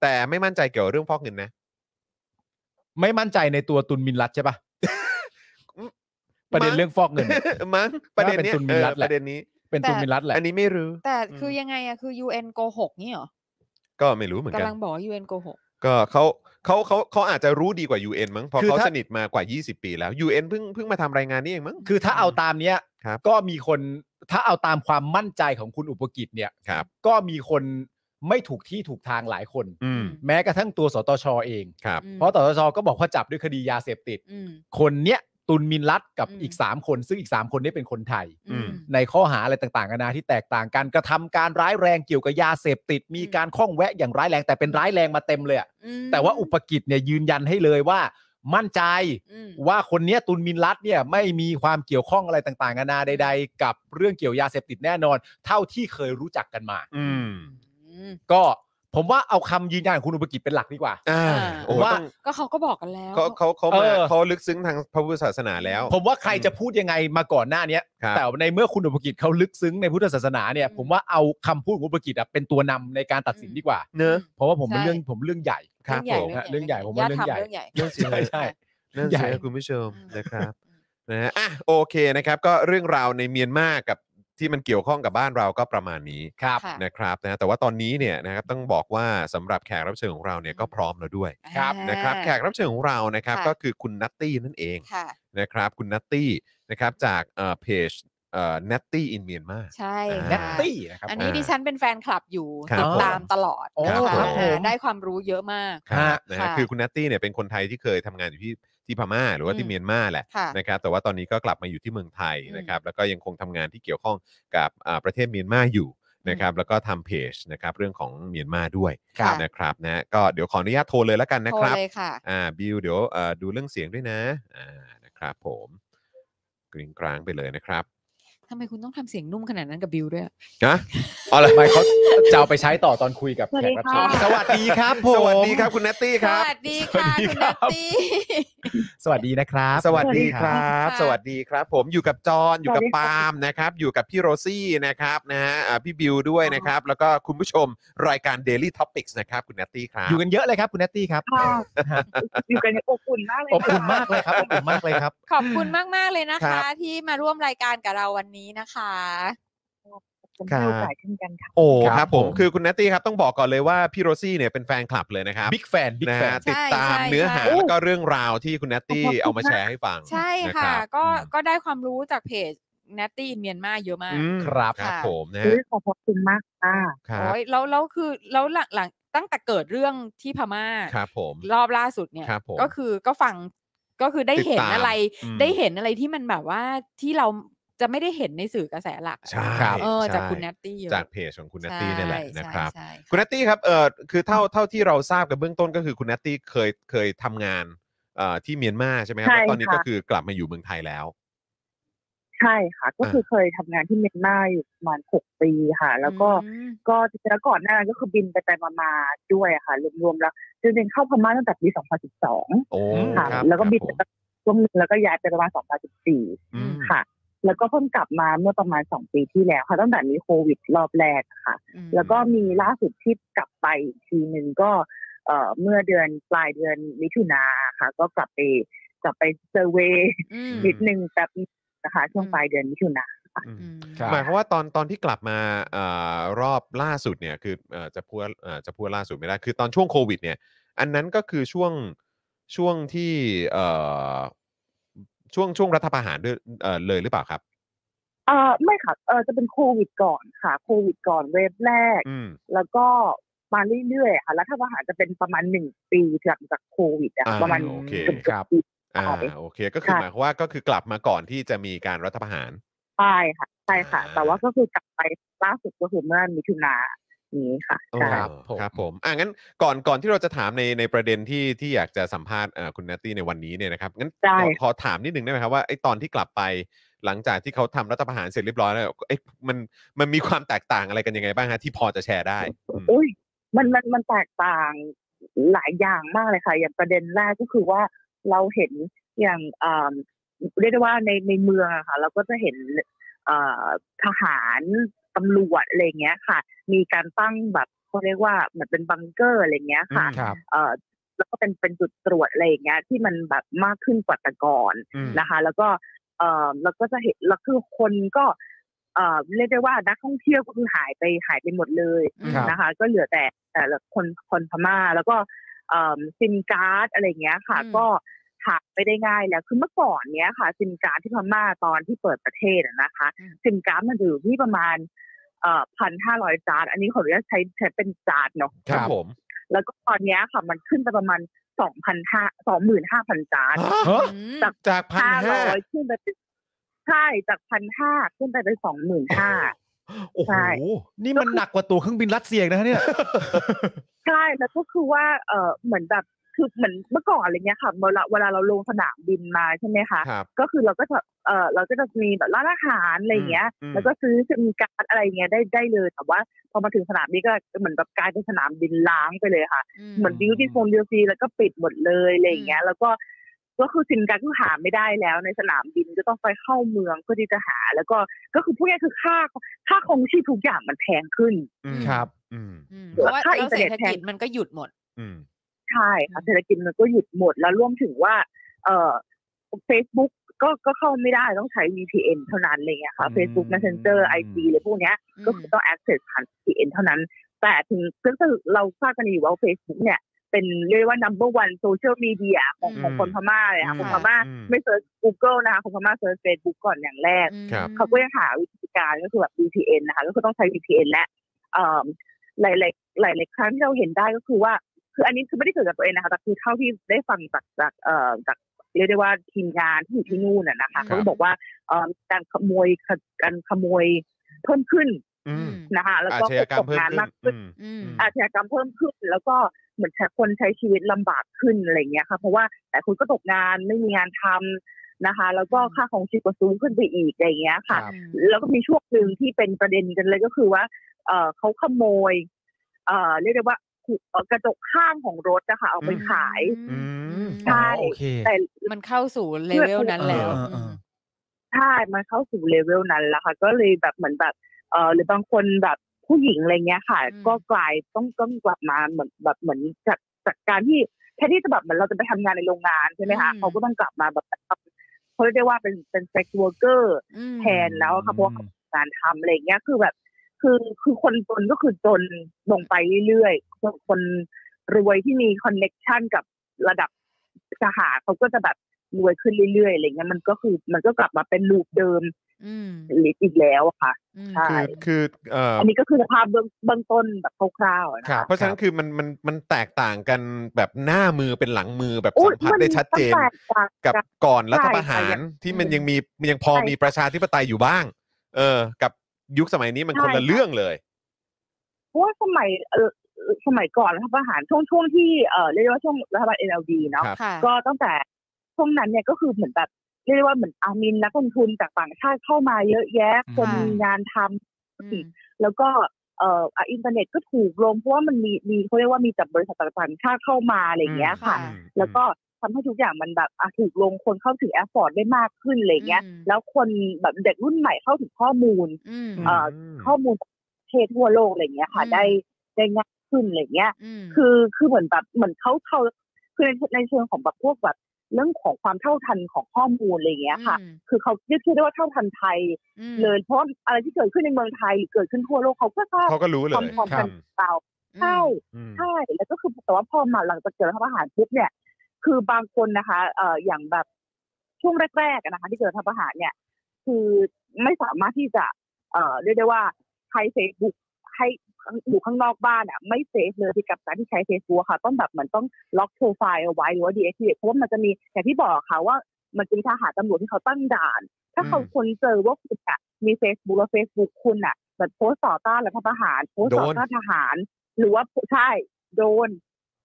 [SPEAKER 1] แต่ไม่มั่นใจเกี่ยวกับเรื่องฟอกเงินนะ
[SPEAKER 3] ไม่มั่นใจในตัวตุนมินรัตใช่ปะ
[SPEAKER 1] อืม
[SPEAKER 3] ประเด็นเรื่องฟอกเงิน
[SPEAKER 1] มั้งประเด็นเนี้ย
[SPEAKER 3] น่าเป็นตุลมิ
[SPEAKER 1] เอนอ
[SPEAKER 3] รัต
[SPEAKER 1] ป
[SPEAKER 3] แหละ
[SPEAKER 1] ระเด็นนี้
[SPEAKER 3] เป็นตุนมินรัตแหละ
[SPEAKER 1] อันนี้ไม่รู้
[SPEAKER 2] แต่
[SPEAKER 1] อืม
[SPEAKER 2] คือยังไงอะคือ UN โกหกนี่เหรอ
[SPEAKER 1] ก็ไม่รู้เหมือนกั
[SPEAKER 2] กำ
[SPEAKER 1] น
[SPEAKER 2] ลังบอกว่า UN โกหก
[SPEAKER 1] ก็เขาเขาเขาเขาอาจจะรู้ดีกว่า UN มั้งเพราะ
[SPEAKER 3] คือ
[SPEAKER 1] เขา
[SPEAKER 3] ถ้า
[SPEAKER 1] สนิทมากว่า 20 ปีแล้ว UN เพิ่งเพิ่งมาทำรายงานนี้เองมั้ง
[SPEAKER 3] คือถ้าเอาตามเนี้ย
[SPEAKER 1] ครับ
[SPEAKER 3] ก็มีคนถ้าเอาตามความมั่นใจของคุณอุปกิจเนี่ย
[SPEAKER 1] ครับ
[SPEAKER 3] ก็มีคนไม่ถูกที่ถูกทางหลายคน
[SPEAKER 1] อืม
[SPEAKER 3] แม้กระทั่งตัวสตชเอง
[SPEAKER 1] ครับ
[SPEAKER 2] อืม
[SPEAKER 3] เพราะสตชก็บอกว่าจับด้วยคดียาเสพติด
[SPEAKER 2] อืม
[SPEAKER 3] คนเนี้ยตุนมินรัตกับ
[SPEAKER 2] อืม
[SPEAKER 3] อีก 3 คน ซึ่งอีก 3 คนเนี้เป็นคนไทย
[SPEAKER 1] อื
[SPEAKER 2] อื
[SPEAKER 1] ม
[SPEAKER 2] ม
[SPEAKER 3] ในข้อหาอะไรต่างๆนานาที่แตกต่างกันกระทำการร้ายแรงเกี่ยวกับยาเสพติด มี
[SPEAKER 2] อืม
[SPEAKER 3] การข้องแวะอย่างร้ายแรงแต่เป็นร้ายแรงมาเต็มเลยอะ
[SPEAKER 2] อืม
[SPEAKER 3] แต่ว่าอุปกิจเนี่ยยืนยันให้เลยว่า มั่นใจ
[SPEAKER 2] อืม
[SPEAKER 3] ว่าคนเนี้ยตุนมินรัตเนี่ยไม่มีความเกี่ยวข้องอะไรต่างๆนานาใด ๆ กับเรื่องเกี่ยวยาเสพติดแน่นอน เท่าที่เคยรู้จักกันมา
[SPEAKER 1] อืม
[SPEAKER 2] อืม
[SPEAKER 3] ก็ผมว่าเอาคำยืนยันของคุณอุปกิจเป็นหลักดีกว่า
[SPEAKER 1] อ่า
[SPEAKER 2] อ่า
[SPEAKER 1] โอ้
[SPEAKER 3] ว่า
[SPEAKER 1] ต้อง
[SPEAKER 2] ก็เขาก็บอกกันแล้ว
[SPEAKER 1] เขาเขาเขามา
[SPEAKER 3] เออ
[SPEAKER 1] เขาลึกซึ้งทางพระพุทธศาสนาแล้ว
[SPEAKER 3] ผมว่าใครจะพูดยังไงมาก่อนหน้าเนี้ย
[SPEAKER 1] ครับ
[SPEAKER 3] แต่ในเมื่อคุณอุปกิจเขาลึกซึ้งในพุทธศาสนาเนี่ย ผมว่าเอาคำพูดของอุปกิจอะเป็นตัวนำในการตัดสินดีกว่า
[SPEAKER 1] เนอะ
[SPEAKER 3] เพราะว่าผมเป็นเรื่องผมเรื่องใหญ่
[SPEAKER 1] ครับ
[SPEAKER 2] เองใหญ่
[SPEAKER 1] ผม
[SPEAKER 3] เรื่องใหญ่ผมว่า
[SPEAKER 2] ญ
[SPEAKER 3] เรื่
[SPEAKER 2] ติ
[SPEAKER 3] อง
[SPEAKER 2] ธรรม
[SPEAKER 3] ใหญ่
[SPEAKER 2] เรื่องใหญ่
[SPEAKER 1] เรื่องสิ
[SPEAKER 3] ใช่ใช่
[SPEAKER 1] นั่น
[SPEAKER 3] ใหญ่
[SPEAKER 1] สิครับคุณผู้ชม
[SPEAKER 2] อืม
[SPEAKER 1] นะครับนะฮะอ่ะโอเคนะครับ ก็เรื่องราวในเมียนมากับที่มันเกี่ยวข้องกับบ้านเราก็ประมาณนี้
[SPEAKER 3] ครับ
[SPEAKER 2] ค่ะ
[SPEAKER 1] นะครับนะแต่ว่าตอนนี้เนี่ยนะครับต้องบอกว่าสำหรับแขกรับเชิญของเราเนี่ยก็พร้อมแล้วด้วย
[SPEAKER 3] ครับ
[SPEAKER 1] นะครับแขกรับเชิญของเรานะครับ
[SPEAKER 2] ค่ะ
[SPEAKER 1] ก็คือคุณนัตตี้นั่นเอง
[SPEAKER 2] ค่ะ
[SPEAKER 1] นะครับ คุณนัตตี้นะครับจากเอ่อเพจเอ่อนัตตี้อินเมียนมา
[SPEAKER 2] ใช่
[SPEAKER 1] อ่า
[SPEAKER 2] ค่ะ
[SPEAKER 3] แนตตี้นะครับ
[SPEAKER 2] อันนี้
[SPEAKER 1] อ่า
[SPEAKER 2] ดิฉันเป็นแฟนคลับอยู่
[SPEAKER 1] ครับ
[SPEAKER 2] ติดตามตลอด
[SPEAKER 3] โอ้
[SPEAKER 2] นะ
[SPEAKER 1] ครั
[SPEAKER 2] คะ
[SPEAKER 1] บผม
[SPEAKER 2] ได้ความรู้เยอะมาก
[SPEAKER 1] ครับนะฮะ
[SPEAKER 2] ค่ะ
[SPEAKER 1] คือคุณนัตตี้เนี่ยเป็นคนไทยที่เคยทำงานอยู่ที่ที่พม่าหรือว่าที่
[SPEAKER 2] อืม
[SPEAKER 1] เมียนมาแหละ
[SPEAKER 2] ค่ะ
[SPEAKER 1] นะครับแต่ว่าตอนนี้ก็กลับมาอยู่ที่เมืองไทย
[SPEAKER 2] อืม
[SPEAKER 1] นะครับแล้วก็ยังคงทำงานที่เกี่ยวข้องกับอ่าประเทศเมียนมาอยู่นะครับแล้วก็ทำเพจนะครับเรื่องของเมียนมาด้วย
[SPEAKER 2] ครับ
[SPEAKER 1] นะครับนะก็เดี๋ยวขออนุญาตโทรเลยแล้วกันนะ
[SPEAKER 2] โทร
[SPEAKER 1] ครับ
[SPEAKER 2] เลยค่ะ
[SPEAKER 1] อ่าบิวเดี๋ยวเอ่อดูเรื่องเสียงด้วยนะอ่านะครับผมกริ้งกลางไปเลยนะครับ
[SPEAKER 2] ทำไมคุณต้องทำเสียงนุ่มขนาดนั้นกับบิวด้วยอะ
[SPEAKER 1] นะเอาละ
[SPEAKER 3] ไม่เขาจะเอาไปใช้ต่อตอนคุยกับแขกรับเชิญ
[SPEAKER 1] ส
[SPEAKER 3] ส
[SPEAKER 1] วั
[SPEAKER 3] วั
[SPEAKER 1] ส
[SPEAKER 3] ส
[SPEAKER 1] ดี
[SPEAKER 3] ดี
[SPEAKER 1] ค
[SPEAKER 3] ค
[SPEAKER 1] รั
[SPEAKER 3] รั
[SPEAKER 1] บบ ผ
[SPEAKER 3] ผม ม
[SPEAKER 1] สวัสดีครับคุณนัตตี้ครับ
[SPEAKER 2] สวัสดีค่ะ
[SPEAKER 3] สวัสดี
[SPEAKER 2] คุณ
[SPEAKER 3] ครั
[SPEAKER 2] นั
[SPEAKER 3] บ
[SPEAKER 2] ตตี้
[SPEAKER 3] สวัสดีนะครับ
[SPEAKER 1] สวัสดีครั
[SPEAKER 2] ครับ บ
[SPEAKER 1] สวัสดีครับ ผมอยู่กับจอนอยู่กับ
[SPEAKER 4] สวัสดีครับ
[SPEAKER 1] ปาล์มนะครับ อยู่กับพี่โรซี่นะครับนะฮะอ่าพี่บิวด้วยนะครับ แล้วก็คุณผู้ชมรายการ Daily Topics นะครับ คุณนัตตี้ครับ
[SPEAKER 3] อยู่กันเยอะเลยครับคุณนัตตี้ครับ
[SPEAKER 4] ค่ะอยู่กันอย่างอบอุ่นมากเลย
[SPEAKER 3] อบอุ่น
[SPEAKER 4] ค่ะ
[SPEAKER 3] มากเลยครับอบอุ่นมากเลยครับ
[SPEAKER 2] ขอบคุณมาก ๆ เลยนะ
[SPEAKER 1] ครั
[SPEAKER 2] คะ
[SPEAKER 1] บ
[SPEAKER 2] ที่มาร่วมรายการกับเราวันนี้นะคะ
[SPEAKER 4] ผมให้โอกาสเช่นกันค่ะ
[SPEAKER 1] โอ้ค
[SPEAKER 3] ครั
[SPEAKER 1] รับบ ผ
[SPEAKER 3] ผม ม
[SPEAKER 1] คือคุณนัตตี้ครับต้องบอกก่อนเลยว่าพี่โรซี่เนี่ยเป็นแฟนคลับเลยนะครับ
[SPEAKER 3] บิ๊กแฟนบิ๊ก
[SPEAKER 1] นะ
[SPEAKER 3] แฟ
[SPEAKER 1] ฮะ
[SPEAKER 3] น
[SPEAKER 1] ติดตาม
[SPEAKER 2] ใช่
[SPEAKER 1] เนื้อหา
[SPEAKER 2] ใช่
[SPEAKER 1] แล้วก็เรื่องราวที่คุณนัตตี้
[SPEAKER 4] ขอบคุณ
[SPEAKER 1] เอามาแชร์ให้ฟัง
[SPEAKER 2] ใช่
[SPEAKER 1] น
[SPEAKER 2] ค่ะ
[SPEAKER 1] รับ
[SPEAKER 2] ก็ก็ได้ความรู้จากเพจ n a t t y in Myanmar เยอะมาก
[SPEAKER 1] อืม
[SPEAKER 3] ครับ
[SPEAKER 1] ครับ
[SPEAKER 2] ค่ะ
[SPEAKER 1] ผมนะ
[SPEAKER 4] คื
[SPEAKER 1] ฮะ
[SPEAKER 4] อขอบคุณมากค่ะ
[SPEAKER 1] ครับ
[SPEAKER 2] โอ้ยแล้วแล้วคือแล้วหลังหลังตั้งแต่เกิดเรื่องที่พม่า
[SPEAKER 1] ครับผม
[SPEAKER 2] รอบล่าสุดเนี่ย
[SPEAKER 1] ครับผม
[SPEAKER 2] ก็คือก็ฟังก็คือได้เห็น
[SPEAKER 1] ติดตาม
[SPEAKER 2] อะไร
[SPEAKER 1] อืม
[SPEAKER 2] ได้เห็นอะไรที่มันแบบว่าที่เราจะไม่ได้เห็นในสื่อกระแสหลักอะ
[SPEAKER 1] ใช่
[SPEAKER 3] ครับ
[SPEAKER 2] เออจาก
[SPEAKER 1] ใช่
[SPEAKER 2] คุณนัตตี้เยอะ
[SPEAKER 1] จากเพจของคุณนัตตี้นี่แหละ
[SPEAKER 2] ใช่
[SPEAKER 1] นะครับ
[SPEAKER 2] ใช่ใช่
[SPEAKER 1] คุณนัตตี้ครับ เออคือเท่าเท่าที่เราทราบกันเบื้องต้นก็คือคุณนัตตี้เคยเคยทำงานเอ่อที่เมียนมาใช่ไหมครับ
[SPEAKER 4] ใช่
[SPEAKER 1] แล้วตอนนี้
[SPEAKER 4] ค่ะ
[SPEAKER 1] ก็คือกลับมาอยู่เมืองไทยแล้ว
[SPEAKER 4] ใ ใช่ค่ะ ก็คือเคยทำงานที่เมียนมาอยู่ประมาณหกปีค่ะ แล้วก็
[SPEAKER 2] อืม
[SPEAKER 4] ก็จริงๆแล้วก่อนหน้านั้นก็คือบินไปไปมาๆด้วยค่ะรวมๆแล้วจริงๆเข้าพม่าตั้งแต่ปี 2012
[SPEAKER 1] โอ้
[SPEAKER 4] ค่ะ
[SPEAKER 1] ครับ
[SPEAKER 4] แล้วก็บิน
[SPEAKER 1] ค
[SPEAKER 4] ไป
[SPEAKER 1] รับผม
[SPEAKER 4] ช่วงหนึงแล้วก็ย้ายไปประมาณ 2014
[SPEAKER 1] อืม
[SPEAKER 4] ค่ะ แล้วก็เพิ่งกลับมาเมื่อประมาณสองปีที่แล้วค่ะตั้งแต่มีโควิดรอบแรกค่ะ แล้วก็มีล่าสุดที่กลับไปอีกทีหนึ่งก็เอ่อเมื่อเดือนปลายเดือนมิถุนาค่ะ ก็กลับไปกลับไปเซอร์เวย์
[SPEAKER 2] อืม
[SPEAKER 4] นิดนึงแบบนึงนะคะช่วงปลายเดือนมิถุนา
[SPEAKER 2] อืม
[SPEAKER 3] ครับ
[SPEAKER 1] หมายความว่าตอนตอนที่กลับมาเออรอบล่าสุดเนี่ยคือเออจะพูดเออจะพูดล่าสุดไม่ได้คือตอนช่วงโควิดเนี่ย อันนั้นก็คือช่วงช่วงที่เออช่วงช่วงรัฐประหารด้วยเออเลยหรือเปล่าครับ
[SPEAKER 4] เอ่อไม่ค่ะเอ่อจะเป็นโควิดก่อนค่ะ โควิดก่อนเวฟแรก
[SPEAKER 1] อืม
[SPEAKER 4] แล้วก็มาเรื่อยๆค่ะรัฐประหารจะเป็นประมาณหนึ่งปีหลังจากโควิดอะ
[SPEAKER 1] อ่า
[SPEAKER 4] ประมาณ
[SPEAKER 1] โอเค
[SPEAKER 4] เกือบ
[SPEAKER 3] ครับ
[SPEAKER 4] ๆปี
[SPEAKER 1] อ่า
[SPEAKER 4] ใช่
[SPEAKER 1] โอเคก็คือ
[SPEAKER 4] ค่ะ
[SPEAKER 1] หมายความว่าก็คือกลับมาก่อนที่จะมีการรัฐประหาร
[SPEAKER 4] ใช่ค่ะใช่ค่ะ
[SPEAKER 1] อ่า
[SPEAKER 4] แต่ว่าก็คือกลับไปล่าสุดก็คือเมื่อมิถุนานี้ค่ะใช่
[SPEAKER 3] ครับ
[SPEAKER 1] อ๋อ
[SPEAKER 3] ผม
[SPEAKER 1] ครับผมอ่ะงั้นก่อนก่อนที่เราจะถามในในประเด็นที่ที่อยากจะสัมภาษณ์เอ่อคุณนัตตี้ในวันนี้เนี่ยนะครับงั้น
[SPEAKER 4] ได้
[SPEAKER 1] ขอขอถามนิดนึงได้ไหมครับว่าไอ้ตอนที่กลับไปหลังจากที่เขาทำรัฐประหารเสร็จเรียบร้อยแล้วเอ๊ะมันมันมีความแตกต่างอะไรกันยังไงบ้างฮะที่พอจะแชร์ได้อืม
[SPEAKER 4] อุ้ยมันมันมันแตกต่างหลายอย่างมากเลยค่ะ อย่างประเด็นแรกก็คือว่าเราเห็นอย่างอ่าเรียกได้ว่าในในเมืองอะค่ะ เราก็จะเห็นเอ่อทหารตำรวจอะไรอย่างเงี้ยค่ะ มีการตั้งแบบเขาเรียกว่าเหมือนเป็นบังเกอร์อะไรอย่างเงี้ยค่ะ
[SPEAKER 1] อืม
[SPEAKER 3] ครับ
[SPEAKER 4] เอ่อแล้วก็เป็นเป็นจุดตรวจอะไรอย่างเงี้ยที่มันแบบมากขึ้นกว่าแต่ก่อน
[SPEAKER 1] อืม
[SPEAKER 4] นะคะแล้วก็เอ่อแล้วก็จะเห็นแล้วคือคนก็เอ่อเรียกได้ว่านักท่องเที่ยวก็คือหายไปหายไปหมดเลย
[SPEAKER 3] ครับ
[SPEAKER 4] นะคะ ก็เหลือแต่แต่ละคนคนพม่าแล้วก็เอ่อซิมการ์ดอะไรอย่างเงี้ยค่ะ
[SPEAKER 2] อืม
[SPEAKER 4] ก็หายไปได้ง่ายแล้วคือเมื่อก่อนเนี้ยค่ะซิมการ์ดที่พม่าตอนที่เปิดประเทศอะนะคะซิมการ์ดมันจะอยู่ที่ประมาณเอ่อพันห้าร้อยจานอันนี้ขออนุญาตใช้ใช้เป็นจานเนาะ
[SPEAKER 1] ครับผม
[SPEAKER 4] แล้วก็ตอนเนี้ยค่ะมันขึ้นไปประมาณสองพันห้าสองหมื่นห้าพันจาน
[SPEAKER 1] ฮะ
[SPEAKER 3] ฮะ
[SPEAKER 2] อืม
[SPEAKER 4] จาก
[SPEAKER 1] จากพัน
[SPEAKER 4] ห้า
[SPEAKER 1] ห้า
[SPEAKER 4] ร้อยขึ้นไปเป็นใช่ จากพันห้าขึ้นไปเป็นสองหมื่นห้า
[SPEAKER 1] โอ้โห
[SPEAKER 4] ใช่
[SPEAKER 3] นี่มันหนักกว่าตัวเครื่องบินรัสเซียอีกนะฮะเนี่ย
[SPEAKER 4] ใช่แล้วก็คือว่าเออเหมือนแบบคือเหมือนเมื่อก่อนอะไรเงี้ยค่ะเวลาเวลาเราลงสนามบินมาใช่ไหมคะ
[SPEAKER 1] ครับ
[SPEAKER 4] ก็คือเราก็จะเออเราก็จะมีแบบร้านอาหารอะไรเงี้ย
[SPEAKER 1] อืมอืม
[SPEAKER 4] แล้วก็ซื้อจะมีการ์ดอะไรเงี้ยได้ได้เลยแต่ว่าพอมาถึงสนามบินก็เหมือนแบบกลายเป็นสนามบินล้างไปเลยค่ะ เหมือนดิวตี้โฟนดิวซีแล้วก็ปิดหมดเลยอะไรอย่างเงี้ย แล้วก็ก็คือสินการก็หาไม่ได้แล้วในสนามบินก็ต้องไปเข้าเมืองเพื่อที่จะหา แล้วก็ก็คือพูดง่ายๆคือค่าค่าครองชีพทุกอย่างมันแพงขึ้น
[SPEAKER 1] อืม
[SPEAKER 3] ครับ
[SPEAKER 1] อืม
[SPEAKER 2] อืมเพราะว่า
[SPEAKER 4] ค่า
[SPEAKER 2] แล้ว
[SPEAKER 4] อินเทอร์
[SPEAKER 2] เศร
[SPEAKER 4] เน็
[SPEAKER 2] ษ
[SPEAKER 4] ต
[SPEAKER 2] ฐ
[SPEAKER 4] แพง
[SPEAKER 2] กิจมันก็หยุดหมด
[SPEAKER 1] อืม
[SPEAKER 4] ใช่ค่ะเศรษฐกิจมันก็หยุดหมดแล้วรวมถึงว่า เอ่อ Facebook ก็ก็เข้าไม่ได้ต้องใช้ VPN เท่านั้นอะไรเลยอะค่ะ
[SPEAKER 3] อืม
[SPEAKER 4] Facebook Messenger IG อะไรพวกเนี้ย ก็คือต้อง access ผ่าน VPN เท่านั้น แต่ถึงก็คือเราทราบกันดีอยู่ว่า Facebook เนี่ย เป็นเรียกว่า number one social media ของ
[SPEAKER 2] อืม
[SPEAKER 4] ของคนพม่าเลย
[SPEAKER 1] อื
[SPEAKER 4] ค่ะ
[SPEAKER 1] ม
[SPEAKER 4] คนพม่า
[SPEAKER 1] อืม
[SPEAKER 4] ไม่เซิร์ช Google นะคะคนพม่าเซิร์ช Facebook ก่อนอย่างแรก
[SPEAKER 2] อืม
[SPEAKER 1] ครับ
[SPEAKER 4] เขาก็ยังหาวิธีการก็คือแบบ VPN นะคะ ก็คือต้องใช้ VPN และเอิ่มหลายๆหลายๆครั้งที่เราเห็นได้ก็คือว่า คืออันนี้คือไม่ได้เกิดกับตัวเองนะคะแต่คือเท่าที่ได้ฟังจากจากเอ่อจากเรียกได้ว่าทีมงานที่อยู่ที่นู่นน่ะนะคะ
[SPEAKER 2] ครับ
[SPEAKER 4] เขาก็บอกว่าเอิ่มการขโมยการขโมยเพิ่มขึ้น
[SPEAKER 1] อืม
[SPEAKER 4] นะคะ แล้ว
[SPEAKER 1] อา
[SPEAKER 4] ก็
[SPEAKER 1] ชญากรรม
[SPEAKER 4] ตก
[SPEAKER 1] เพิ่ม
[SPEAKER 4] งาน
[SPEAKER 1] ขึ้น
[SPEAKER 4] มากขึ้น
[SPEAKER 1] อืม
[SPEAKER 2] อืม
[SPEAKER 1] อ่ะ
[SPEAKER 4] อาชญากรรมเพิ่มขึ้น แล้วก็เหมือนคนใช้ชีวิตลำบากขึ้นอะไรเงี้ยค่ะเพราะว่าแต่คนก็ตกงานไม่มีงานทำนะคะ แล้วก็ค่าของชีพก็สูงขึ้นไปอีกอะไรเงี้ยค่ะ
[SPEAKER 2] ครับ
[SPEAKER 4] แล้วก็มีช่วงหนึ่งที่เป็นประเด็นกันเลยก็คือว่า เอ่อเขาขโมย เอ่อเรียกได้ว่าเอ่อกระจกข้างของรถนะคะเอาไปขาย
[SPEAKER 1] อืม
[SPEAKER 4] ใช่
[SPEAKER 3] อ๋อโอเค
[SPEAKER 4] แต่
[SPEAKER 2] มันเข้าสู่เลเวลนั้นแล้ว
[SPEAKER 3] เออเออเออ
[SPEAKER 2] ม
[SPEAKER 4] ใช่มันเข้าสู่เลเวลนั้นแล้วค่ะ ก็เลยแบบเหมือนแบบ เออหรือบางคนแบบผู้หญิงอะไรเงี้ยค่ะ
[SPEAKER 2] อืม
[SPEAKER 4] ก็กลายต้องต้องกลับมาเหมือนแบบเหมือนจากจากการที่แค่ที่จะแบบเหมือนเราจะไปทำงานในโรงงานใช่ไหมคะเขาก็ต้องกลับมาแบบทำเขาเรียกได้ว่าเป็นเป็นเซ็กซ์วอร์เกอร์
[SPEAKER 2] อืม
[SPEAKER 4] แทนแล้วค่ะเพราะว่าเขาทำงานทำอะไรเงี้ยคือแบบ คือคือคนจนก็คือจนลงไปเรื่อยๆส่วนคนรวยที่มีคอนเน็กชันกับระดับสหารเขาก็จะแบบรวยขึ้นเรื่อยๆอะไรเงี้ยมันก็คือมันก็กลับมาเป็นลูปเดิม
[SPEAKER 2] อืม
[SPEAKER 4] อีกแล้วอะค่ะ
[SPEAKER 2] อืม
[SPEAKER 4] ใช่
[SPEAKER 1] คือคือเอ่อ
[SPEAKER 4] อันนี้ก็คือสภาพเบื้องเบื้องต้นแบบคร่าวๆอะนะ
[SPEAKER 3] ครั
[SPEAKER 4] คะ
[SPEAKER 3] บ
[SPEAKER 1] เพราะฉะนั้นคือมันมันมันแตกต่างกันแบบหน้ามือเป็นหลังมือแบบ
[SPEAKER 4] โอ้
[SPEAKER 1] สั
[SPEAKER 4] ย
[SPEAKER 1] มผัสได้ชัดเจน
[SPEAKER 4] มัแตต่าง
[SPEAKER 1] กับ
[SPEAKER 4] น
[SPEAKER 1] ก่อนรัฐ
[SPEAKER 4] ใช่
[SPEAKER 1] ประหารที่มัน
[SPEAKER 4] อืม
[SPEAKER 1] ยังมียังพอ
[SPEAKER 4] ใช่
[SPEAKER 1] มีประชาธิปไตยอยู่บ้าง เออ กับยุคสมัยนี้มัน
[SPEAKER 4] ใช่
[SPEAKER 1] คนละ
[SPEAKER 4] ค่ะ
[SPEAKER 1] เรื่องเลย
[SPEAKER 4] เพราะว่าสมัยเอ่อสมัยก่อนรัฐประหารช่วงช่วงที่เอ่อเรียกได้ว่าช่วงรัฐบาล NLD เนาะ
[SPEAKER 1] ครับ
[SPEAKER 2] ค่ะ
[SPEAKER 4] ก็ตั้งแต่ช่วงนั้นเนี่ยก็คือเหมือนแบบ เรียกได้ว่าเหมือนอามินนักลงทุนจากต่างชาติเข้ามาเยอะแยะ คน
[SPEAKER 2] ค่ะ
[SPEAKER 4] มีงานทำ
[SPEAKER 2] อืม
[SPEAKER 4] แล้วก็เอ่ออ่ะอินเทอร์เน็ตก็ถูกลงเพราะว่ามันมีมีเขาเรียกว่ามีจากบริษัทต่างชาติเข้ามาอะไรอย่างเงี้ย
[SPEAKER 2] อืม
[SPEAKER 4] ค่ะ
[SPEAKER 2] ค่ะ
[SPEAKER 4] แล้วก็ทำให้ทุกอย่างมันแบบอ่ะถูกลงคนเข้าถึงแอปพอร์ตได้มากขึ้นอะไรอย่างเงี้ย
[SPEAKER 2] อืม
[SPEAKER 4] แล้วคนแบบเด็กรุ่นใหม่เข้าถึงข้อมูล
[SPEAKER 2] อืม
[SPEAKER 4] เอ่อ ข้อมูลประเทศทั่วโลกอะไรอย่างเงี้ยค่ะ
[SPEAKER 2] อืม
[SPEAKER 4] ได้ได้ง่ายขึ้นอะไรอย่างเงี้ย
[SPEAKER 2] ม
[SPEAKER 4] คือคือเหมือนแบบเหมือนเขาเขาคือในในเชิงของแบบพวกแบบเรื่องของความเท่าทันของข้อมูลอะไรอย่างเงี้ยค่ะ คือเขาเรียกชื่อได้ว่าเท่าทันไทย เลยเพราะอะไรที่เกิดขึ้นในเมืองไทยหรือเกิดขึ้นทั่วโลกเขาก็ทราบ
[SPEAKER 1] เขาก็รู้เลย
[SPEAKER 4] ความพร้อม
[SPEAKER 3] ครั
[SPEAKER 4] กับ นเราใช่
[SPEAKER 1] อืม
[SPEAKER 4] ใช่แล้วก็คือแต่ว่าพอมาหลังจากเกิดรัฐประหารปุ๊บเนี่ย คือบางคนนะคะเอ่ออย่างแบบช่วงแรกๆอะนะคะ ที่เกิดรัฐประหารเนี่ย คือไม่สามารถที่จะเอ่อเรียกได้ว่าใช้เฟซบุ๊กให้อยู่ข้างนอกบ้านอ่ะไม่เซฟเลยที่กับการที่ใช้เฟซบุ๊กค่ะ ต้องแบบเหมือนต้องล็อกโปรไฟล์เอาไว้หรือว่า deactivate เพราะว่ามันจะมีอย่างที่บอกค่ะว่ามันจะมีทหารตำรวจที่เขาตั้งด่าน ถ้าเขา
[SPEAKER 1] อืม
[SPEAKER 4] คนเจอว่าคุณอ่ะมีเฟซบุ๊กแล้วเฟซบุ๊กคุณอ่ะแบบโพสต์ต่อต้านรัฐประหารโพสต์ต่อต้านทหาร หรือว่าใช่โดน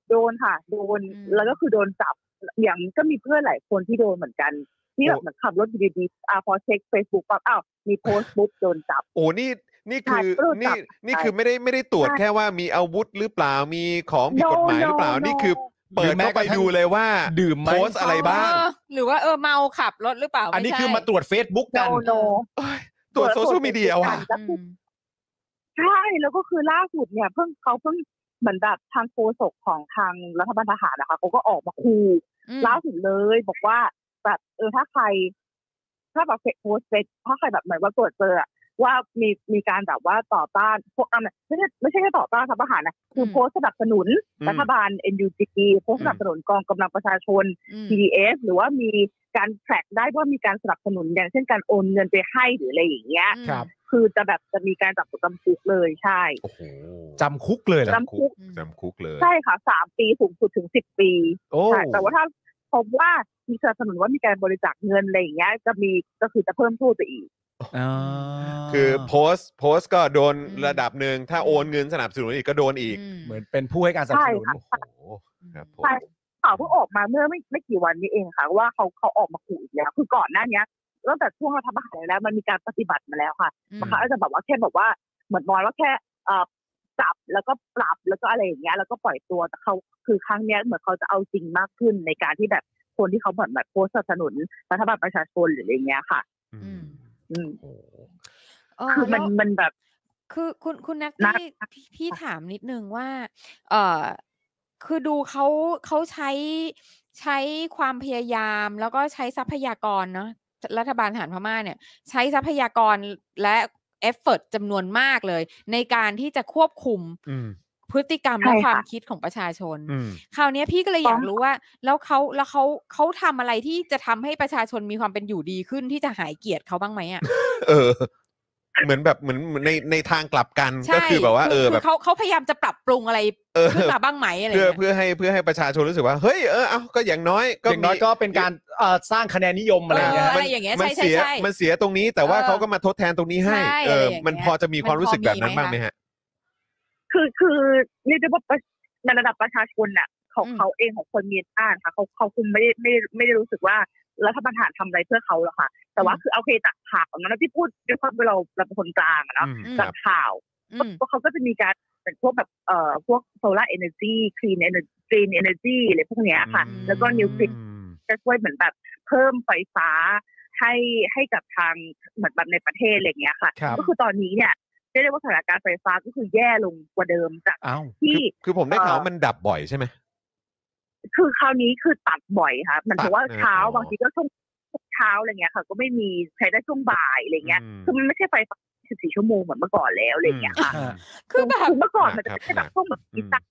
[SPEAKER 4] โดนค่ะ โดน
[SPEAKER 2] อืม
[SPEAKER 4] แล้วก็คือโดนจับอย่างก็มีเพื่อนหลายคนที่โดนเหมือนกัน ที่แบบ
[SPEAKER 1] โอ้
[SPEAKER 4] เหมือนขับรถอยู่ดีๆอ่าพอเช็คเฟซบุ๊กปั๊บอ้าวมีโพสต์ปุ๊บโดนจับ
[SPEAKER 1] โอ้นี่นี่คือ
[SPEAKER 4] ใช่รู้จั
[SPEAKER 1] นี่
[SPEAKER 4] ก
[SPEAKER 1] นี่คือไม่ได้ไม่ได้ตรวจ
[SPEAKER 4] ใช่
[SPEAKER 1] แค่ว่ามีอาวุธหรือเปล่ามีของผิดก ฎหมายหรือเปล่า
[SPEAKER 4] No, no,
[SPEAKER 1] นี่คือ
[SPEAKER 4] no
[SPEAKER 1] เปิดเข้าไปดูเลยว่า
[SPEAKER 3] ดื่มไหม
[SPEAKER 1] โพสต์อะไรบ้าง
[SPEAKER 2] เออหรือว่าเออเมาขับรถหรือเปล่า
[SPEAKER 3] อันนี้
[SPEAKER 2] ไใช่
[SPEAKER 3] คือมาตรวจ Facebook กัน
[SPEAKER 4] no no
[SPEAKER 1] ตรวจโซเชียลมีเดียว่ะ
[SPEAKER 4] แล้วคือ
[SPEAKER 2] ม
[SPEAKER 4] ใช่แล้วก็คือล่าสุดเนี่ย เพิ่งเขาเพิ่งเหมือนแบบทางโฆษกของทางรัฐบาลทหารนะคะเขาก็ออกมาคู ล่าสุดเลยบอกว่าแบบเออถ้าใคร ถ้าแบบเฟซโพสเฟซถ้าใครแบบเหมือนว่าตรวจเจออะว่ามีมีการแบบว่าต่อต้านพวกอ่ะไม่ใช่ไม่ใช่แค่ต่อต้านทัพทหารนะคือ
[SPEAKER 2] ม
[SPEAKER 4] โพสต์สนับสนุน
[SPEAKER 1] อืม
[SPEAKER 4] รัฐบาล NUG โพสต์สนับสนุนกองกำลังประชาชน
[SPEAKER 2] อืม
[SPEAKER 4] PDF หรือว่ามีการแทร็กได้ว่ามีการสนับสนุนอย่างเช่นการโอนเงินไปให้หรืออะไรอย่างเงี้ย
[SPEAKER 2] อืม
[SPEAKER 3] ครับ
[SPEAKER 4] คือจะแบบจะมีการจับตัวจำคุกเลยใช่
[SPEAKER 1] โอ้โห
[SPEAKER 3] จำคุกเลยเหรอ
[SPEAKER 4] จำคุก
[SPEAKER 1] จำคุกเลย
[SPEAKER 4] ใช่ค่ะสามปีสูงสุดถึงสิบปี
[SPEAKER 3] โอ้
[SPEAKER 4] ใช่แต่ว่าถ้าพบว่ามีสนับสนุนว่ามีการบริจาคเงินอะไรอย่างเงี้ยจะมีก็คือจะเพิ่มโทษไปอีก
[SPEAKER 3] อ่า
[SPEAKER 1] คือโพสต์โพสต์ก็โดน
[SPEAKER 2] อืม
[SPEAKER 1] ระดับหนึ่งถ้าโอนเงินสนับสนุนอีกก็โดนอีก
[SPEAKER 3] เหมือนเป็นผู้ให้การสนับสนุน
[SPEAKER 4] ใช่ค่ะ
[SPEAKER 1] โอ้โหครับผม
[SPEAKER 4] ใช่ ข่าวเพิ่งออกมาเมื่อไม่ไม่กี่วันนี้เองค่ะ ว่าเขาเขาออกมาขู่อีกแล้ว คือก่อนหน้าเนี้ยตั้งแต่ช่วงเราทำอาหารแล้วมันมีการปฏิบัติมาแล้วค่ะ
[SPEAKER 2] อืม
[SPEAKER 4] เขาอาจจะแบบว่าแค่บอกว่าเหมือนมอนว่าแค่เอ่อจับแล้วก็ปรับแล้วก็อะไรอย่างเงี้ยแล้วก็ปล่อยตัวแต่เขาคือครั้งเนี้ยเหมือนเขาจะเอาจริงมากขึ้นในการที่แบบคนที่เขาเหมือนแบบโพสต์สนับสนุนรัฐบาลประชาชนหรืออะไรอย่างเงี้ยค่ะ
[SPEAKER 1] อืม
[SPEAKER 4] อืม
[SPEAKER 1] โอ้โห
[SPEAKER 2] เออ
[SPEAKER 4] คือมัน
[SPEAKER 2] แล้ว
[SPEAKER 4] มันแบบ
[SPEAKER 2] คือคุณคุณนัก
[SPEAKER 4] นัก
[SPEAKER 2] ที่พี่พี่ถามนิดนึงว่า เออคือดูเขาเขาใช้ใช้ความพยายามแล้วก็ใช้ทรัพยากรเนาะรัฐบาลทหารพม่าเนี่ย ใช้ทรัพยากรและเอฟเฟกต์จำนวนมากเลย ในการที่จะควบคุม
[SPEAKER 1] อืม
[SPEAKER 2] พฤติกรรม
[SPEAKER 4] ใช่
[SPEAKER 2] และค
[SPEAKER 4] ค่ะ
[SPEAKER 2] วามคิดของประชาชน
[SPEAKER 1] อืม
[SPEAKER 2] คราวเนี้ยพี่ก็เลยอยาก
[SPEAKER 4] ต้อง
[SPEAKER 2] รู้ว่า แล้วเขาแล้วเขาเขาทำอะไรที่จะทำให้ประชาชนมีความเป็นอยู่ดีขึ้นที่จะหายเกียดเขาบ้างไหมอ่ะ
[SPEAKER 1] เออ เหมือนแบบเหมือนเหมือนในในทางกลับกันก็
[SPEAKER 2] ใช่
[SPEAKER 1] คือแบบว่าเออแบบ
[SPEAKER 2] เขาเขาพยายามจะปรับปรุงอะไร
[SPEAKER 1] เออ
[SPEAKER 2] ขึ้นมาบ้างไหมอะไร
[SPEAKER 1] เพื่อ
[SPEAKER 2] เงี้ย
[SPEAKER 1] เพื่อให้เพื่อให้ประชาชนรู้สึกว่า เฮ้ยเออเอาก็อย่างน้อยก็
[SPEAKER 3] อย่างน้อย
[SPEAKER 1] มี
[SPEAKER 3] ก็เป็นการเอ่อสร้างคะแนนนิยมอะไรอย่างเงี้ย
[SPEAKER 2] เอ
[SPEAKER 3] ฮะ
[SPEAKER 2] อ ไรย่างเงี้ย
[SPEAKER 1] มัน
[SPEAKER 2] ใช่ใช่
[SPEAKER 1] เสีย
[SPEAKER 2] ใช่
[SPEAKER 1] มันเสียตรงนี้แต่ว่า
[SPEAKER 2] เออ
[SPEAKER 1] เขาก็มาทดแทนตรงนี้ให้เออ
[SPEAKER 2] ใช่ะไรอย่างเงี้ย
[SPEAKER 1] มันพอจะมีความรู้สึกแบบนั้นบ้างไหมฮะ
[SPEAKER 4] คือคือเรียกได้ว่าประในระดับประชาชนน่ะของ
[SPEAKER 2] อืม
[SPEAKER 4] เขาเองของคนเมียนมาร์ค่ะเขาเขาคงไม่ได้ไม่ได้ไม่ได้รู้สึกว่ารัฐบาลทหารทำอะไรเพื่อเขาหรอกค่ะ แต่ว่าคือเอาโอเคจากข่าวนะที่พูดด้วยความที่เราเราเป็นคนกลางอะเนาะ
[SPEAKER 1] อืม
[SPEAKER 2] อืม
[SPEAKER 1] ค
[SPEAKER 4] จาก
[SPEAKER 1] รับ
[SPEAKER 4] ข่าว
[SPEAKER 2] อืม
[SPEAKER 4] ก็เขาก็จะมีการเป็นพวกแบบเอ่อพวกโซลาร์เอเนจีคลีนเอเนจีกรีนเอเนจีอะไรพวกเนี้ยค่ะ
[SPEAKER 1] อืม
[SPEAKER 4] แล้วก็นิวคลี
[SPEAKER 1] อืม
[SPEAKER 4] จะช่วยเหมือนแบบเพิ่มไฟฟ้าให้ให้กับทางเหมือนแบบในประเทศอะไรอย่างเงี้ยค่ะ
[SPEAKER 3] ครับ
[SPEAKER 4] ก็คือตอนนี้เนี่ยเรียกได้ว่าสถานการณ์ไฟฟ้าก็คือแย่ลงกว่าเดิมจาก
[SPEAKER 3] เอ้า
[SPEAKER 4] ที่
[SPEAKER 1] คือผมได้ข่าวว่ามันดับบ่อยใช่ไหม
[SPEAKER 4] คือคราวนี้คือตัดบ่อยค่ะมัน
[SPEAKER 1] ตัด
[SPEAKER 4] ถือว่าเช้า
[SPEAKER 1] เลยเหรอบ
[SPEAKER 4] างทีก็ช่วงเช้าอะไรเงี้ยค่ะ ก็ไม่มีใช้ได้ช่วงบ่ายอะไรเงี้ย
[SPEAKER 1] อืม
[SPEAKER 4] คือมันไม่ใช่ไฟฟ้า14ชั่วโมงเหมือนเมื่อก่อนแล้วอะไรเงี้ยค่ะ
[SPEAKER 1] อืม
[SPEAKER 2] คือแบบ
[SPEAKER 4] เมื่อก่อน
[SPEAKER 1] หนั
[SPEAKER 4] มัน
[SPEAKER 1] ก
[SPEAKER 4] จะ
[SPEAKER 1] ครับ
[SPEAKER 4] แค่แบบพวกแบบ
[SPEAKER 1] หนั
[SPEAKER 4] ซี
[SPEAKER 1] ก
[SPEAKER 4] ซัน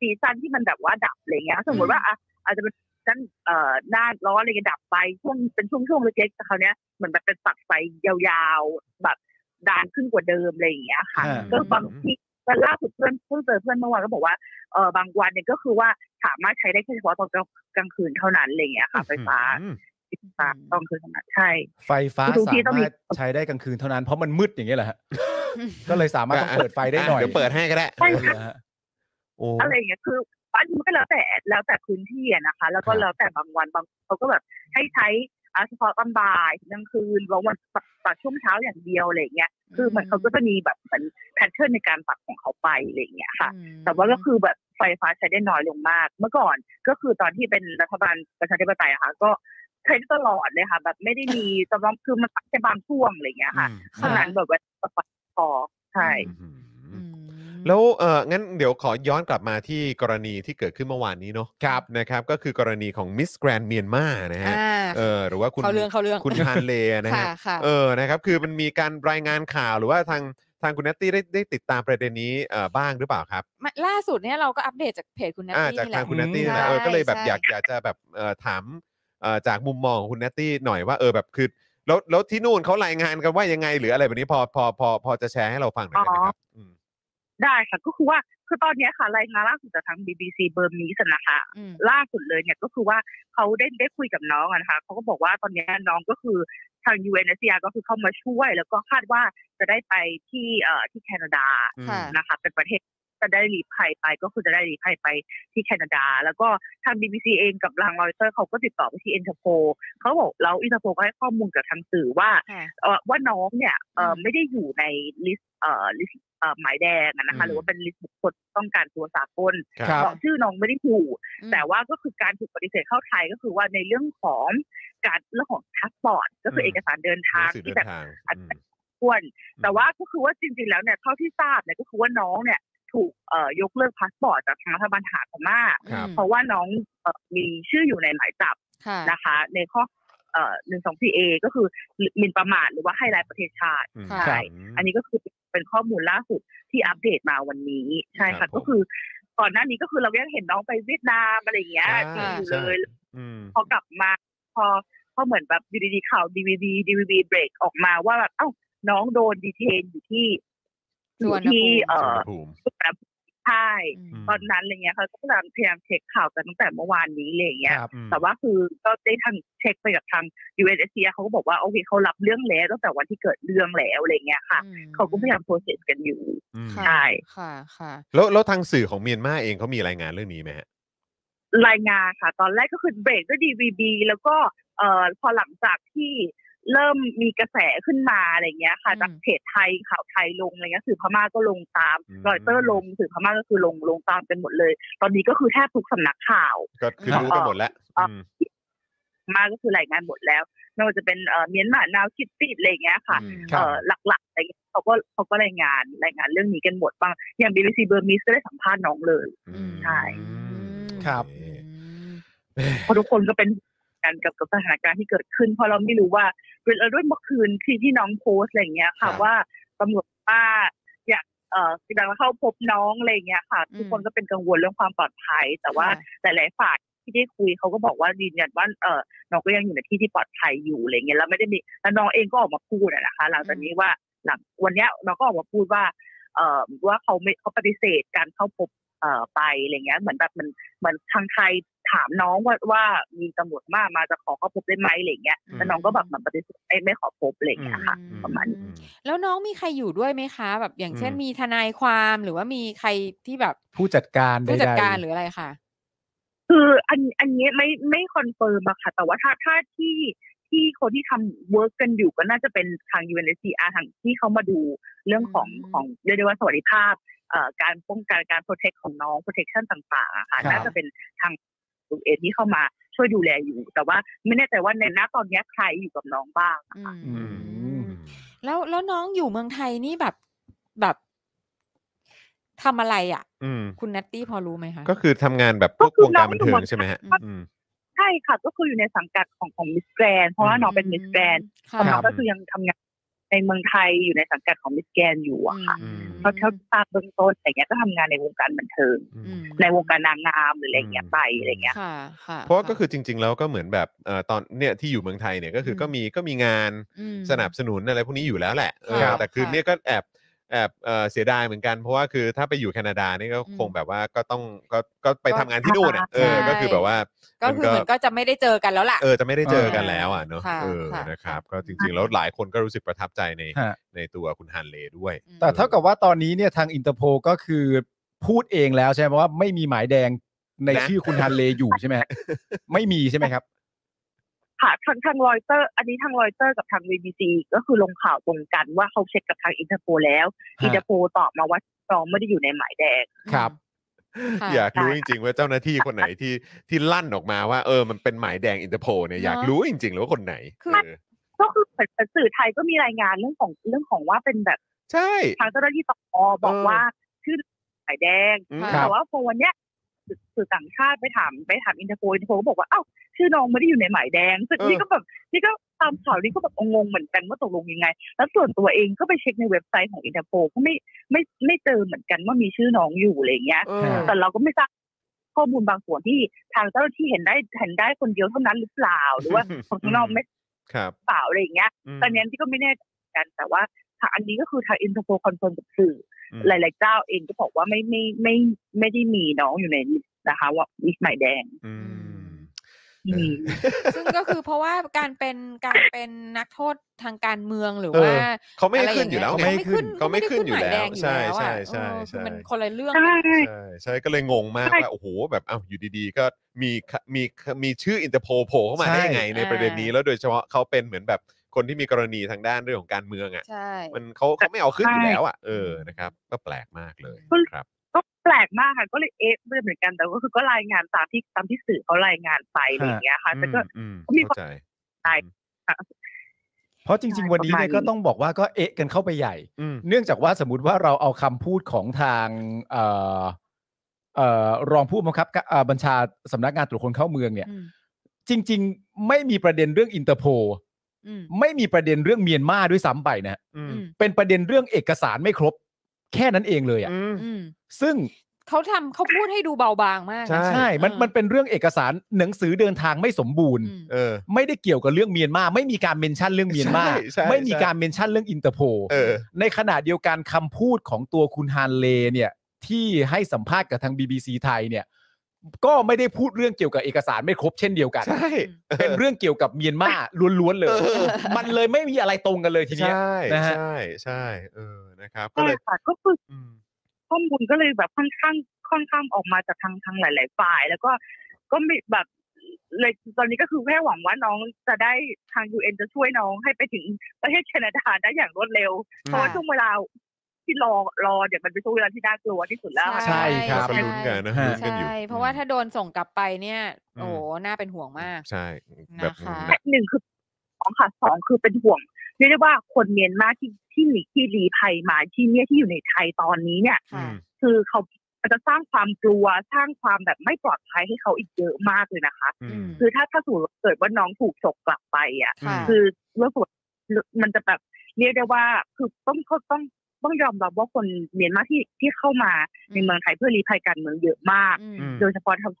[SPEAKER 4] ซีซันที่มันแบบว่าดับอะไรเงี้ย สมมติว่าอ่ะอาจจะเป็นซันเอ่อหน้าร้อนอะไรเงี้ยดับไปช่วงเป็นช่วงๆเล็กๆแต่คราวเนี้ยเหมือนแบบเป็นตัดไฟยาวๆแบบดานขึ้นกว่าเดิมอะไรอย่างเงี้ยค่ะ
[SPEAKER 3] อ่า
[SPEAKER 4] ก็บางที่ก็ล่าสุดเพื่อนเพิ่งเจอเพื่อนเมื่อวานก็บอกว่าเออบางวันเนี่ยก็คือว่าสามารถใช้ได้แค่เฉพาะตอนกลางคืนเท่านั้นอะไรอย่างเงี้ยค่ะไฟฟ้า
[SPEAKER 1] อืม
[SPEAKER 4] ไฟฟ้าตอนกลางคืนเท่านั้นใช่
[SPEAKER 3] ไฟฟ้า
[SPEAKER 4] คือทุก
[SPEAKER 3] สา
[SPEAKER 4] ที่ต้องมี
[SPEAKER 3] มารถใช้ได้กลางคืนเท่านั้นเพราะมันมืดอย่างเงี้ยเหรอฮะ ก็เลยสามารถต้อง
[SPEAKER 1] อ่ะ
[SPEAKER 3] เปิดไฟได้หน่อย
[SPEAKER 1] เดี๋ยวเปิดให้ก็ได้
[SPEAKER 4] ใช่
[SPEAKER 3] เหรอฮะ
[SPEAKER 1] โอ้
[SPEAKER 4] อะไรอย่างเงี้ยคืออันนี้มันก็แล้วแต่แล้วแต่พื้นที่อะนะคะ แล้วก็
[SPEAKER 3] ครับ
[SPEAKER 4] แล้วแต่บางวันบางเขาก็แบบให้ใช้ อ่ะเฉพาะตอนบ่ายถึงกลางคืนแล้ววันตัดตัดช่วงเช้าอย่างเดียวอะไรอย่างเงี้ยคือมันเขาก็จะมีแบบเหมือนแพทเทิร์นในการตัดของเขาไปอะไรอย่างเงี้ยค่ะ
[SPEAKER 2] อืม
[SPEAKER 4] แต่ว่าก็คือแบบไฟฟ้าใช้ได้น้อยลงมาก เมื่อก่อนก็คือตอนที่เป็นรัฐบาลประชาธิปไตยอะค่ะก็ใช้ตลอดเลยค่ะ แบบไม่ได้มีจำลองคือมันแค่บางช่วงอะไรอย่างเงี้ยค่ะ
[SPEAKER 2] ะ
[SPEAKER 4] ขนาดแบบว่าปอพอใช่
[SPEAKER 1] อื
[SPEAKER 2] อื
[SPEAKER 1] ม
[SPEAKER 2] ม
[SPEAKER 1] แล้วเอองั้นเดี๋ยวขอย้อนกลับมาที่กรณีที่เกิดขึ้นเมื่อวานนี้เนาะครับนะครับก็คือกรณีของมิสแกรนเมียนมานะฮะ
[SPEAKER 2] อ่า
[SPEAKER 1] เออหรือว่าคุณ
[SPEAKER 2] เขาเรื่องเขาเรื่อง
[SPEAKER 1] คุณฮานเลนะ
[SPEAKER 2] ค่ะ
[SPEAKER 1] ฮะ
[SPEAKER 2] ค่ะ
[SPEAKER 1] เออนะครับคือมันมีการรายงานข่าวหรือว่าทางทางคุณเนตตี้ได้ได้ติดตามประเด็นนี้เอ่อบ้างหรือเปล่าครับ
[SPEAKER 2] ไม่ล่าสุดเนี่ยเราก็อัปเดตจากเพจคุณนัท
[SPEAKER 1] อ่า
[SPEAKER 2] ตี้
[SPEAKER 1] จาก
[SPEAKER 2] นี่แห
[SPEAKER 1] ทา
[SPEAKER 2] ละ
[SPEAKER 1] งคุณเนตตี้
[SPEAKER 3] อืม
[SPEAKER 1] นะเออ
[SPEAKER 2] ใช่
[SPEAKER 1] ก็เลยแบบ
[SPEAKER 2] ใช่
[SPEAKER 1] อยากอยากจะแบบเอ่อถามเอ่อจากมุมมองของคุณเนตตี้หน่อยว่าเออแบบคือแล้วแล้วที่นู่นเขารายงานกันว่ายังไง หรืออะไรแบบนี้พอพอพอพอจะแชร์ให้เราฟังหน่อยได้ไหมครับอืม
[SPEAKER 4] ได้ค่ะก็คือว่าคือตอนเนี้ยค่ะรายงานล่าสุดจากทาง BBC เบอร์มีสนะคะ
[SPEAKER 2] อืม
[SPEAKER 4] ล่าสุดเลยเนี่ยก็คือว่าเขาได้ได้คุยกับน้องอะนะคะเขาก็บอกว่าตอนเนี้ยน้องก็คือทางยูเอ็นเซียก็คือเข้ามาช่วย แล้วก็คาดว่าจะได้ไปที่เอ่อที่แคนาดา
[SPEAKER 1] อืม
[SPEAKER 2] ค่ะ
[SPEAKER 4] นะคะเป็นประเทศจะได้รีภัยไปก็คือจะได้รีภัยไปที่แคนาดา แล้วก็ทาง BBC เองกับรางรอยเตอร์เขาก็ติดต่อไปที่เอ็นเตอร์โพเขาบอกแล้วอินเตอร์โพก็ให้ข้อมูลกับทางสื่อว่า
[SPEAKER 2] ค่ะ
[SPEAKER 4] เอ่อว่าน้องเนี่ยเอ่ออ
[SPEAKER 2] ม
[SPEAKER 4] ไม่ได้อยู่ในลิสต์เอ่อลิสต์เอ่อหมายแดงอะนะ
[SPEAKER 1] อืม
[SPEAKER 4] คะหรือว่าเป็นลิสต์บุคคลต้องการตัวสากล
[SPEAKER 3] ครับ
[SPEAKER 4] เพราะชื่อน้องไม่ได้อยู่
[SPEAKER 2] อืม
[SPEAKER 4] แต่ว่าก็คือการถูกปฏิเสธเข้าไทยก็คือว่าในเรื่องของการเรื่องของพาสปอร์ตก็คือ
[SPEAKER 1] ม
[SPEAKER 4] เอกสารเดิน
[SPEAKER 1] หนั
[SPEAKER 4] ทาง
[SPEAKER 1] งสือเดิ
[SPEAKER 4] ที่แบบ
[SPEAKER 1] นทาง
[SPEAKER 4] อาจ
[SPEAKER 1] อืม
[SPEAKER 4] จะควร แต่ว่าก็คือว่าจริงๆ แล้วเนี่ยเท่าที่ทราบเนี่ยก็คือว่าน้องเนี่ยถูกเอ่อยกเลิกพาสปอร์ตจากทางรัฐบาลทหารพม่า
[SPEAKER 1] ครับ
[SPEAKER 2] อืม
[SPEAKER 4] เพราะว่าน้องเอ่อมีชื่ออยู่ในหมายจับ
[SPEAKER 2] ค่ะ
[SPEAKER 4] นะคะ ในข้อหนึ่งสองสี่เอ124A ก็คือหมิ่นประมาทหรือว่าให้ร้ายประเทศชาติ
[SPEAKER 1] อืม
[SPEAKER 4] ใช่ อันนี้ก็คือเป็นข้อมูลล่าสุดที่อัปเดตมาวันนี้ใช่
[SPEAKER 1] รั
[SPEAKER 4] ค่ะ
[SPEAKER 1] บ
[SPEAKER 4] ก็คือก่อนหน้านี้ก็คือเราก็ยังเห็นน้องไปเวียดนามอะไรอย่างเงี้ย
[SPEAKER 1] ใช่
[SPEAKER 4] อยู่
[SPEAKER 1] ใช่
[SPEAKER 4] เลย
[SPEAKER 1] อืม
[SPEAKER 4] พอกลับมาพอพอเหมือนแบบอยู่ดีๆข่าวดีวีดีดีวีดีเบรกออกมาว่าแบบเอ้าน้องโดนดีเทนอยู่ที่
[SPEAKER 2] สุ
[SPEAKER 4] อยู่
[SPEAKER 2] วรรณภู
[SPEAKER 4] ที่
[SPEAKER 2] มิ
[SPEAKER 4] เอ่อ
[SPEAKER 1] สุวรรณภูมิ
[SPEAKER 4] สุวรรณภูมิใช่
[SPEAKER 2] อืม
[SPEAKER 4] ตอนนั้นอะไรเงี้ยเขาก็พยายามพยายามเช็คข่าวกันตั้งแต่เมื่อวานนี้อะไรอย่างเงี้ย
[SPEAKER 3] ครับ
[SPEAKER 1] อืม
[SPEAKER 4] แต่ว่าคือก็ได้ทางเช็คไปกับทาง u s เอเเขาก็บอกว่าโอเคเขารับเรื่องแล้วตั้งแต่วันที่เกิดเรื่องแล้วอะไรเงี้ยค่ะ
[SPEAKER 2] อืม
[SPEAKER 4] เขาก็พยายามโปรเซสกันอยู่
[SPEAKER 1] อืม
[SPEAKER 2] ค่ะ
[SPEAKER 4] ใช่
[SPEAKER 2] ค่ะค่ะ
[SPEAKER 1] แล้วแล้วทางสื่อของเมียนมาเองเขามีรายงานเรื่องนี้ไหมฮะ
[SPEAKER 4] รายงานค่ะ ตอนแรกก็คือเบรกด้วย DVB แล้วก็เอ่อพอหลังจากที่เริ่มมีกระแสขึ้นมาอะไรเงี้ยค่ะจากเพจไทยข่าวไทยลงอะไรเงี้ยสื่อพม่าก็ลงตาม
[SPEAKER 1] อืม
[SPEAKER 4] รอยเตอร์ลงสื่อพม่าก็คือลงลงตามกันหมดเลย ตอนนี้ก็คือแทบทุกสำนักข่าว
[SPEAKER 1] ก็คือรู้กันหมดแล้วอืม
[SPEAKER 4] มาก็คือรายงานหมดแล้วไม่ว่าจะเป็นเอ่อเมียนมาร์นาวคิดติดอะไรเงี้ยค่ะ
[SPEAKER 1] อืม
[SPEAKER 3] ครับ
[SPEAKER 4] เอ่อหลักๆอะไรเงี้ยเขาก็เขาก็รายงานรายงานเรื่องนี้กันหมดบางอย่าง BBC เบอร์มิสก็ได้สัมภาษณ์น้องเลย
[SPEAKER 1] อืม
[SPEAKER 4] ใช่
[SPEAKER 1] อืม
[SPEAKER 3] ครับ
[SPEAKER 1] โอ
[SPEAKER 2] อื
[SPEAKER 1] เ
[SPEAKER 2] ม
[SPEAKER 4] เพราะทุกคนก็เป็นกันกับกับสถานการณ์ที่เกิดขึ้น เพราะเราไม่รู้ว่าเราด้วยเมื่อคืนที่ที่น้องโพสต์อะไรอย่างเงี้ย
[SPEAKER 1] ครั
[SPEAKER 4] ค่ะ
[SPEAKER 1] บ
[SPEAKER 4] ว่าตำรวจว่าอยากเอ่อกำลังเข้าพบน้องอะไรอย่างเงี้ยค่ะ
[SPEAKER 2] อืม
[SPEAKER 4] ทุกคนก็เป็นกังวลเรื่องความปลอดภัย แต่ว่าหลายๆฝ่ายที่ได้คุยเขาก็บอกว่ายืนยันว่าเออน้องก็ยังอยู่ในที่ที่ปลอดภัยอยู่อะไรเงี้ยแล้วไม่ได้มีแล้วน้องเองก็ออกมาพูดอะนะคะ หลังจากนี้ว่าหลังวันเนี้ยน้องก็ออกมาพูดว่า เอ่อว่าเขาไม่เขาปฏิเสธการเข้าพบเอ่อไปอะไรเงี้ยเหมือนแบบมันเหมือนทางไทยถามน้องว่าว่ามีตำรวจมามาจะขอเข้าพบได้ไหมอะไรเงี้ยแต่น้องก็แบบเหมันปฏิเสธไม่ไม่ขอพบอะไรเงี้ยค่ะ
[SPEAKER 2] อื
[SPEAKER 4] ประมาณนี้
[SPEAKER 1] อืม
[SPEAKER 2] แล้วน้องมีใครอยู่ด้วยไหมคะแบบอย่างเช่น
[SPEAKER 1] อืม
[SPEAKER 2] มีทนายความหรือว่ามีใครที่แบบ
[SPEAKER 3] ผู้จัดการ
[SPEAKER 2] ผู้จัดการ
[SPEAKER 3] ใๆ
[SPEAKER 2] หรืออะไรค่ะ
[SPEAKER 4] คืออันอันนี้ไม่ไม่คอนเฟิร์มอะค่ะ แต่ว่าถ้าถ้าที่ที่คนที่ทำเวิร์กกันอยู่ก็น่าจะเป็นทาง u n h r ทางที่เขามาดูเรื่องของ
[SPEAKER 2] อืม
[SPEAKER 4] ของเรียกได้ว่าสวัสดิภาพเอ่อการป้องกันการโปรเทคของน้อง protection ต่างๆอะค่ะ
[SPEAKER 3] ครับ
[SPEAKER 4] น่าจะเป็นทางตัวเองที่เข้ามาช่วยดูแลอยู่ แต่ว่าไม่แน่ใจว่าในหน้าตอนเนี้ยใครอยู่กับน้องบ้าง
[SPEAKER 2] อืม
[SPEAKER 3] อืม
[SPEAKER 2] แล้วแล้วน้องอยู่เมืองไทยนี่แบบแบบทำอะไรอ่ะ
[SPEAKER 1] อืม
[SPEAKER 2] คุณนัตตี้พอรู้ไหมคะ
[SPEAKER 1] ก็คือทำงานแบบพวกวงการบันเทิงใช่ไหมฮะอืม
[SPEAKER 4] ใช่ค่ะ ก็คืออยู่ในสังกัดของของมิสแกรนเพราะว่าน้องเป็นมิสแกรน
[SPEAKER 2] ค่ะ
[SPEAKER 4] น้อง
[SPEAKER 1] รับ
[SPEAKER 4] ก็คือยังทำงานในเมืองไทยอยู่ในสังกัดของมิสแกรนอยู่อะค่ะ
[SPEAKER 2] อืม
[SPEAKER 4] เพราะเท่าที่ทราบเบื้องต้นแต่เนี้ยก็ทำงานในวงการบันเทิง
[SPEAKER 1] อืม
[SPEAKER 2] อืม
[SPEAKER 4] ในวงการนางงามหรืออะไรเงี้ยไปอะไรเงี้ย
[SPEAKER 2] ค่ะค่ะ
[SPEAKER 1] เพราะก็คือจริง ๆ แล้วก็เหมือนแบบเอ่อตอนเนี่ยที่อยู่เมืองไทยเนี่ยก็คือก็มีก็มีงาน
[SPEAKER 2] ม
[SPEAKER 1] สนับสนุนอะไรพวกนี้อยู่แล้วแหละเออ
[SPEAKER 2] ครับ
[SPEAKER 1] แต่คือ
[SPEAKER 2] ค่ะ
[SPEAKER 1] เนี่ยก็แอบแอบเอ่อเสียดายเหมือนกัน เพราะว่าคือถ้าไปอยู่แคนาดานี่ก็
[SPEAKER 2] อืม
[SPEAKER 1] คงแบบว่าก็ต้องก็ก็ไป
[SPEAKER 2] ก็
[SPEAKER 1] ทำงานที่นู่นอ่ะเออ
[SPEAKER 2] ใช่
[SPEAKER 1] ก็คือแบบว่า
[SPEAKER 2] ก็คือเหมือนก็จะไม่ได้เจอกันแล้วล่ะ
[SPEAKER 1] เออจะไม่ได้เจอกันแล้วอ่ะเนอะ
[SPEAKER 2] ค่ะ
[SPEAKER 1] เออ
[SPEAKER 2] ค่ะ
[SPEAKER 1] นะครับ ก็จริงๆแล้วหลายคนก็รู้สึกประทับใจใน
[SPEAKER 3] ฮะ
[SPEAKER 1] ในตัวคุณฮันเลด้วย
[SPEAKER 2] อืม
[SPEAKER 3] แต่เท่ากับว่าตอนนี้เนี่ยทางอินเตอร์โพก็คือพูดเองแล้วใช่ไหมว่าไม่มีหมายแดงใน
[SPEAKER 1] นะ
[SPEAKER 3] ชื่อคุณฮันเลอยู่ใช่ไหมฮะไม่มีใช่ไหมครับ
[SPEAKER 4] ค่ะทางทางรอยเตอร์ อันนี้ทางรอยเตอร์กับทางวีบีซีก็คือลงข่าวตรงกันว่าเขาเช็คกับทางอินเตอร์โพแล้วอินเตอร์โพตอบมาว่าน้องไม่ได้อยู่ในหมายแดง
[SPEAKER 3] ครับ
[SPEAKER 2] ค่ะ
[SPEAKER 1] อยากรู้จริงๆว่าเจ้าหน้าที่คนไหนที่ที่ลั่นออกมาว่าเออมันเป็นหมายแดงอินเตอร์โพเนี่ย
[SPEAKER 2] เนอะ
[SPEAKER 1] อยากรู้จริงๆหรือว่าคนไหน
[SPEAKER 2] คือ
[SPEAKER 1] เออ
[SPEAKER 4] ก็คือเหมือนสื่อไทยก็มีรายงานเรื่องของเรื่องของว่าเป็นแบบ
[SPEAKER 1] ใช่
[SPEAKER 4] ทางเจ้าหน้าที่ตอบอกว่าชื่อหมายแดง
[SPEAKER 1] อืม
[SPEAKER 2] ค่ะ
[SPEAKER 4] แต่ว่าพอวันเนี้ยสื่อสื่อต่างชาติไปถามไปถามอินเตอร์โพอินเตอร์โพก็บอกว่าอ้าวชื่อน้องไม่ได้อยู่ในหมายแดงซึ่ง
[SPEAKER 1] เออ
[SPEAKER 4] นี่ก็แบบนี่ก็ตามข่าวนี่ก็แบบงงๆเหมือนกันว่าตกลงยังไง แล้วส่วนตัวเองก็ไปเช็คในเว็บไซต์ของอินเตอร์โพก็ไม่ไม่ไม่เจอเหมือนกันว่ามีชื่อน้องอยู่อะไรอย่างเงี้ย
[SPEAKER 1] เออ
[SPEAKER 4] แต่เราก็ไม่ทราบข้อมูลบางส่วนที่ทางเจ้าหน้าที่เห็นได้เห็นได้คนเดียวเท่านั้นหรือเปล่าหรือ ว่าคนข้างนอกไม่
[SPEAKER 1] ครับ
[SPEAKER 4] เปล่าอะไรอย่างเงี้ย
[SPEAKER 1] ม
[SPEAKER 4] ตอนนี้ที่ก็ไม่แน่ใจเหมือนกันแต่ว่าทางอันนี้ก็คือทางอินเตอร์โพคอนเฟิร์มกับสื่อ
[SPEAKER 1] อื
[SPEAKER 4] อ
[SPEAKER 1] ม
[SPEAKER 4] หลาย ๆ เจ้าเองก็บอกว่าไม่ไม่ไม่ไม่ได้มีน้องอยู่ในลิสต์นะคะ ว่าลิสต์หมายแดง
[SPEAKER 1] อืม
[SPEAKER 4] อืม
[SPEAKER 2] ซึ่งก็คือเพราะว่าการเป็นการเป็นนักโทษทางการเมืองหรือ
[SPEAKER 1] เออ
[SPEAKER 2] ว่า
[SPEAKER 1] เขาไม่ให้
[SPEAKER 2] ะร
[SPEAKER 1] ขึ้นอยู่แล้ว
[SPEAKER 2] าง
[SPEAKER 1] ไง
[SPEAKER 2] เงี้
[SPEAKER 3] ไม่
[SPEAKER 1] เขาไม่ขึ้น
[SPEAKER 2] เขาไม่
[SPEAKER 1] อยู่แล้ว
[SPEAKER 2] ขึ้นหมายดง
[SPEAKER 1] ใช่
[SPEAKER 2] อยู่แล้วอะ
[SPEAKER 1] ใช่
[SPEAKER 2] เออ
[SPEAKER 1] ใช่
[SPEAKER 2] คือมันคนละเรื่อง
[SPEAKER 4] ใช่
[SPEAKER 1] ใช่ใช่ก็เลยงงมาก
[SPEAKER 4] ใช่
[SPEAKER 1] ว่าโอ้โหแบบอ้าวอยู่ดีๆ ก็มีมีมีชื่ออินเตอร์โพโผล่เข้ามาได้ยังไงในประเด็นนี้แล้วโดยเฉพาะเขาเป็นเหมือนแบบคนที่มีกรณีทางด้านเรื่องของการเมืองอ่ะ
[SPEAKER 2] ใช่
[SPEAKER 1] มันเขาเขาไม่เอาขึ้นอยู่
[SPEAKER 4] ใช่
[SPEAKER 1] แล้วอ่ะเออนะครับ ก็แปลกมากเลยครับ
[SPEAKER 4] ก็แปลกมากค่ะ ก็เลยเอฟเหมือนกันแต่ก็คือก็รายงานตามที่ตามที่สื่อเขารายงานไปอะไรอย่างเงี้ยค่ะแต่ก็
[SPEAKER 1] อืม
[SPEAKER 4] ก็มี
[SPEAKER 1] เข้าใจ
[SPEAKER 3] เพราะจริง ๆ วันนี้เนี่ย
[SPEAKER 4] ประมาณนี้
[SPEAKER 3] ก็ต้องบอกว่าก็เอะกันเข้าไปใหญ่
[SPEAKER 1] อืม
[SPEAKER 3] เนื่องจากว่าสมมติว่าเราเอาคำพูดของทางเอ่อเอ่อรองผู้บังคับการเอ่อบัญชาสำนักงานตรวจคนเข้าเมืองเนี่ย
[SPEAKER 2] อืม
[SPEAKER 3] จริง ๆ ไม่มีประเด็นเรื่องอินเตอร์โพ
[SPEAKER 2] อืม
[SPEAKER 3] ไม่มีประเด็นเรื่องเมียนมาด้วยซ้ำไปนะฮะ
[SPEAKER 1] อืม
[SPEAKER 2] อืม
[SPEAKER 3] เป็นประเด็นเรื่องเอกสารไม่ครบ แค่นั้นเองเลยอ่ะ
[SPEAKER 1] อืม
[SPEAKER 2] อืม
[SPEAKER 3] ซึ่ง
[SPEAKER 2] เขาทำเขาพูดให้ดูเบาบางมากนะ
[SPEAKER 1] ใช่
[SPEAKER 3] ใช่ มัน
[SPEAKER 2] ออ
[SPEAKER 3] มันเป็นเรื่องเอกสารหนังสือเดินทางไม่สมบูรณ์
[SPEAKER 2] อืม
[SPEAKER 1] เออ
[SPEAKER 3] ไม่ได้เกี่ยวกับเรื่องเมียนมา ไม่มีการเมนชั่นเรื่องเมียนมา
[SPEAKER 1] ใช่ใช่
[SPEAKER 3] ไม่มี
[SPEAKER 1] ใช่
[SPEAKER 3] การเมนชั่นเรื่องอินเตอร์โพ
[SPEAKER 1] เออ
[SPEAKER 3] ในขณะเดียวกันคำพูดของตัวคุณฮานเลเนี่ยที่ให้สัมภาษณ์กับทาง BBC ไทยเนี่ย ก็ไม่ได้พูดเรื่องเกี่ยวกับเอกสารไม่ครบเช่นเดียวกัน
[SPEAKER 1] ใช่
[SPEAKER 3] เป็นเรื่องเกี่ยวกับเมียนมาล้วนๆเลย
[SPEAKER 1] เออ
[SPEAKER 3] มันเลยไม่มีอะไรตรงกันเลยทีเนี้ย
[SPEAKER 1] ใช่
[SPEAKER 3] นะฮะ
[SPEAKER 1] ใช่ใช่เออนะครับ ก็
[SPEAKER 4] ใช่
[SPEAKER 1] เลย
[SPEAKER 4] ค่ะก็คือ
[SPEAKER 1] อืม
[SPEAKER 4] ข้อมูลก็เลยแบบค่อนข้างค่อนข้างออกมาจากทางทางหลาย ๆ ฝ่าย แล้วก็ก็มีแบบเลยตอนนี้ก็คือแค่หวังว่าน้องจะได้ทางยูเอ็นจะช่วยน้องให้ไปถึงประเทศแคนาดาได้อย่างรวดเร็ว เพราะว่า
[SPEAKER 2] ค่ะ
[SPEAKER 4] ช่วงเวลาที่รอรอเดี๋ยวมันเป็นช่วงเวลาที่น่ากลัวที่สุดแล้วอะค่ะ
[SPEAKER 3] ใช่ครับ
[SPEAKER 1] ก็ลุ้นกันนะลุ้นกันอยู่
[SPEAKER 2] ใช่ เพราะว่าถ้าโดนส่งกลับไปเนี่ย
[SPEAKER 1] อืม
[SPEAKER 2] โอ้โหน่าเป็นห่วงมาก
[SPEAKER 1] ใช่แบบ
[SPEAKER 2] นะคะ
[SPEAKER 1] หนัก
[SPEAKER 4] หนึ่งคือสองค่ะสองคือเป็นห่วงเรียกได้ว่าคนเมียนมาที่ที่หนีที่รีภัยมาที่เนี่ยที่อยู่ในไทยตอนนี้เนี่ย
[SPEAKER 1] อื
[SPEAKER 2] ค่ะ
[SPEAKER 1] ม
[SPEAKER 4] คือเขาจะสร้างความกลัวสร้างความแบบไม่ปลอดภัยให้เขาอีกเยอะมากเลยนะคะ
[SPEAKER 1] อืม
[SPEAKER 4] คือถ้าถ้าสูตเกิดว่าน้องถูกฉกกลับไปอ่ะ
[SPEAKER 2] ค่ะ
[SPEAKER 1] อืม
[SPEAKER 4] คือเรื่องส่วนมันจะแบบเรียกได้ว่าคือต้องเขาต้องต้องยอมรับว่าคนเมียนมาที่ที่เข้ามาในเมืองไทยเพื่อรีภัยการเมืองเยอะมาก
[SPEAKER 2] อืม
[SPEAKER 1] อืม
[SPEAKER 4] โดยเฉพาะทาง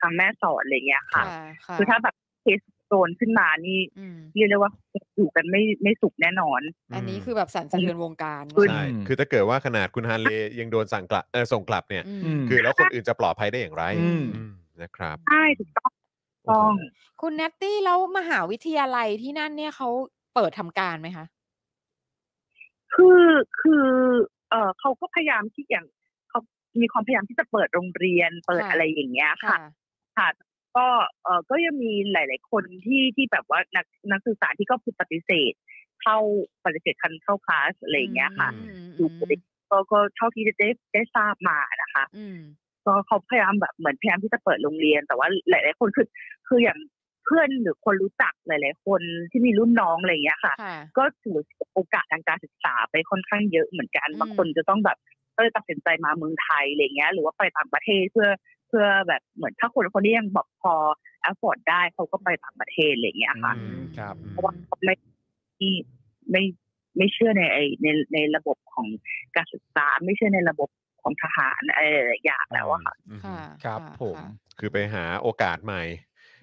[SPEAKER 4] ทางแม่สอดอะไรเงี้ยค่ะ
[SPEAKER 2] ค่ะค่ะ
[SPEAKER 4] คือถ้าแบบเคสโดนขึ้นมานี่
[SPEAKER 2] อืม
[SPEAKER 4] เรียกได้ว่าอยู่กันไม่ไม่สุขแน่นอน
[SPEAKER 2] อันนี้คือแบบสั่นสะเทือนวงการ
[SPEAKER 4] อืม
[SPEAKER 1] ใช่
[SPEAKER 3] อืม
[SPEAKER 1] คือถ้าเกิดว่าขนาดคุณฮานเลยังโดนสั่งกลับเออส่งกลับเนี่ย
[SPEAKER 2] อืม
[SPEAKER 3] ม
[SPEAKER 1] คือแล้วคนอื่นจะปลอดภัยได้อย่างไร
[SPEAKER 3] อืม
[SPEAKER 1] อืมนะครับ
[SPEAKER 4] ใช่ถูกต้องถูกต้อง
[SPEAKER 2] คุณเนตตี้แล้วมหาวิทยาลัยที่นั่นเนี่ยเขาเปิดทำการไหมคะ
[SPEAKER 4] คือคือเออเขาก็พยายามที่อย่างเขามีความพยายามที่จะเปิดโรงเรียนเปิด
[SPEAKER 2] ค่ะ
[SPEAKER 4] อะไรอย่างเงี้ยค่ะ ค่ะ ก็เออก็ยังมีหลาย ๆ คนที่ที่แบบว่านักนักศึกษาที่ก็ปฏิเสธ เข้าปฏิเสธคันเข้าคลาสอะไรอย่างเงี้ยค่ะ
[SPEAKER 2] อืม
[SPEAKER 4] อยู่ก็ก็ก็เท่าที่ได้ได้ทราบมานะคะ
[SPEAKER 2] อืม
[SPEAKER 4] ก็เขาพยายามแบบเหมือนพยายามที่จะเปิดโรงเรียน แต่ว่าหลาย ๆ คนคือคืออย่างเพื่อนหรือคนรู้จักหลาย ๆ คนที่มีรุ่นน้องอะไรอย่างเงี้ยค่ะ
[SPEAKER 2] ค่ะ
[SPEAKER 4] ก็ถือโอกาสทางการศึกษาไปค่อนข้างเยอะเหมือนกัน
[SPEAKER 2] อืม
[SPEAKER 4] บางคนจะต้องแบบก็เลยตัดสินใจมาเมืองไทยอะไรเงี้ย หรือว่าไปต่างประเทศเพื่อเพื่อแบบเหมือนถ้าคนคนที่ยังแบบพอแอฟฟอร์ดได้เขาก็ไปต่างประเทศอะไรเงี้ยค่ะ
[SPEAKER 3] อืมครับ
[SPEAKER 4] เพราะว่าเขาไม่ที่ไม่ไม่เชื่อในไอในในระบบของการศึกษา ไม่เชื่อในระบบของทหารอะไรหลายๆอย่างแล้วอะค่ะ
[SPEAKER 1] อืม
[SPEAKER 2] ค่ะ
[SPEAKER 3] ครับ
[SPEAKER 2] ะ
[SPEAKER 3] ผม
[SPEAKER 2] ค่ะ
[SPEAKER 1] คือไปหาโอกาสใหม่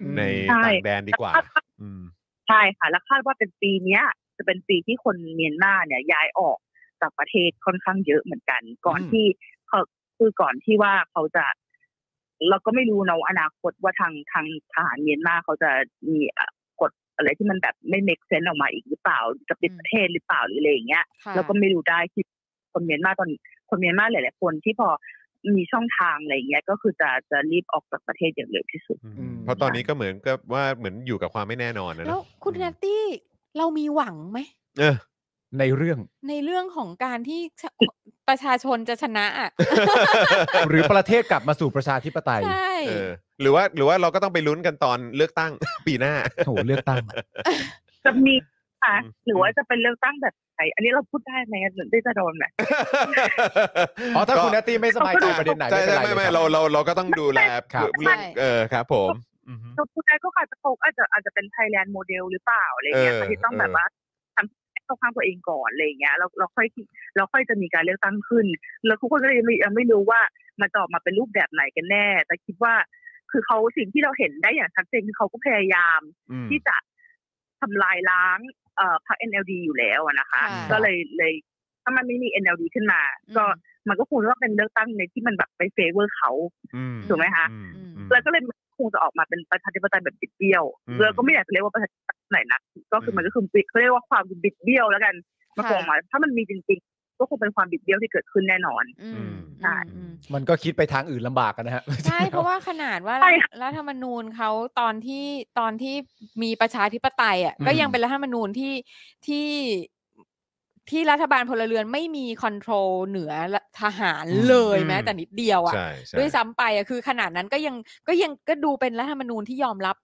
[SPEAKER 3] อืม
[SPEAKER 1] ใน
[SPEAKER 4] ใช่
[SPEAKER 1] ต่างแดนดีกว่า อืม
[SPEAKER 4] ใช่ค่ะ แล้วคาดว่าเป็นปีเนี้ย จะเป็นปีที่คนเมียนมาเนี่ยย้ายออกจากประเทศค่อนข้างเยอะเหมือนกัน ก่อน
[SPEAKER 3] อืม
[SPEAKER 4] ที่เขาคือก่อนที่ว่าเขาจะ เราก็ไม่รู้เนาะอนาคตว่าทางทางทหารเมียนมาเขาจะมีเอ่อกฎอะไรที่มันแบบไม่ make sense ออกมาอีกหรือเปล่าจะปิด
[SPEAKER 2] อืม
[SPEAKER 4] ประเทศหรือเปล่าหรืออะไรอย่างเงี้ย
[SPEAKER 2] ค่ะ
[SPEAKER 4] แล้วก็ไม่รู้ได้ที่คนเมียนมาตอนคนเมียนมาหลาย ๆ คนที่พอ มีช่องทางอะไรอย่างเงี้ยก็คือจะจะรีบออกจากประเทศอย่างเร็วที่สุด
[SPEAKER 1] อืม
[SPEAKER 3] อืม
[SPEAKER 1] เพราะตอนนี้ก็เหมือนกับว่าเหมือนอยู่กับความไม่แน่นอนนะเนอะ
[SPEAKER 2] แล้วคุณแนตตี้เรามีหวังไหม
[SPEAKER 1] เออ
[SPEAKER 3] ในเรื่อง
[SPEAKER 2] ในเรื่องของการที่ชะประชาชนจะชนะอ่ะ
[SPEAKER 3] หรือประเทศกลับมาสู่ประชาธิปไตย
[SPEAKER 2] ใช่
[SPEAKER 1] เออ หรือว่าหรือว่าเราก็ต้องไปลุ้นกันตอนเลือกตั้ง ปีหน้า
[SPEAKER 3] โอ้โหเลือกตั้ง
[SPEAKER 4] จะมีค่ะ
[SPEAKER 1] อืม
[SPEAKER 4] หรือว่าจะเป็นเลือกตั้งแบบไหนอันนี้เราพูดได้ไหมหรือได้จะโดนไหม
[SPEAKER 3] อ๋อถ้าคุณ
[SPEAKER 1] ก็
[SPEAKER 3] แนตตี้ไม่สบายใจประเด็นไหน
[SPEAKER 1] ใช่ใช่
[SPEAKER 3] ไม่เป็นไร
[SPEAKER 1] ไม่ไม่
[SPEAKER 3] ลยคบ
[SPEAKER 1] เราเราเราก็ต้องดูแล
[SPEAKER 3] ครับ
[SPEAKER 1] เรื่อง
[SPEAKER 2] ใช่
[SPEAKER 1] เออครับ ผมอือฮึ
[SPEAKER 4] เราพูดได้ก็อาจจะตกอาจจะอาจจะเป็นไทยแลนด์โมเดลหรือเปล่าอะไรเงี้ย
[SPEAKER 1] เออ
[SPEAKER 4] มันที่ต้องแบบ
[SPEAKER 1] เออ
[SPEAKER 4] ว่าทำเข้าข้างตัวเองก่อนอะไรเงี้ยเราเราค่อยเราค่อยจะมีการเลือกตั้งขึ้น แล้วทุกคนก็เลยยังไม่ยังไม่รู้ว่ามันจะออกมาเป็นรูปแบบไหนกันแน่ แต่คิดว่า คือเขาสิ่งที่เราเห็นได้อย่างชัดเจนคือเขาก็พยายาม
[SPEAKER 1] อืม
[SPEAKER 4] ที่จะทำลายล้างเอ่อพรรค NLD อยู่แล้วอะนะคะ
[SPEAKER 2] ค่ะ
[SPEAKER 4] ก็เลยเลยถ้ามันไม่มี NLD ขึ้นมา ก็มันก็คงจะเป็นเลือกตั้งในที่มันแบบไปเฟเวอร์เขา
[SPEAKER 1] อืม
[SPEAKER 4] ถูกไหมคะ
[SPEAKER 1] อือืม
[SPEAKER 4] แล้วก็เลยคงจะออกมาเป็นประชาธิปไตยแบบบิดเบี้ยว
[SPEAKER 1] อืม
[SPEAKER 4] เราก็ไม่อยากจะเรียกว่าประชาธิปไตยไหนนะก็คือ
[SPEAKER 1] ม
[SPEAKER 4] มันก็คือบิดเขาเรียกว่าความบิดเบี้ยวแล้วกันมา
[SPEAKER 2] ค่ะ
[SPEAKER 4] คงมาถ้ามันมีจริงๆ ก็คงเป็นความบิดเบี้ยวที่เกิดขึ้นแน่นอน
[SPEAKER 2] อืม
[SPEAKER 1] อืม
[SPEAKER 4] ใช่
[SPEAKER 2] อืม
[SPEAKER 3] มันก็คิดไปทางอื่นลำบากกันนะฮะ
[SPEAKER 2] ใช่ เพราะว่าขนาดว่า
[SPEAKER 4] ใช่
[SPEAKER 2] รัฐรัฐธรรมนูญเขาตอนที่ตอนที่มีประชาธิปไตยอ่ะ
[SPEAKER 3] อืม
[SPEAKER 2] ก็ยังเป็นรัฐธรรมนูญที่ที่ที่รัฐบาลพลเรือนไม่มีคอนโทรลเหนือทหารเลย
[SPEAKER 1] อืม
[SPEAKER 2] แม้แต่นิดเดียวอ่ะ
[SPEAKER 1] ใช่ใช่
[SPEAKER 2] ด้วยซ้ำไปอ่ะคือขนาดนั้นก็ยังก็ยังก็ดูเป็นรัฐธรรมนูญที่ยอมรับ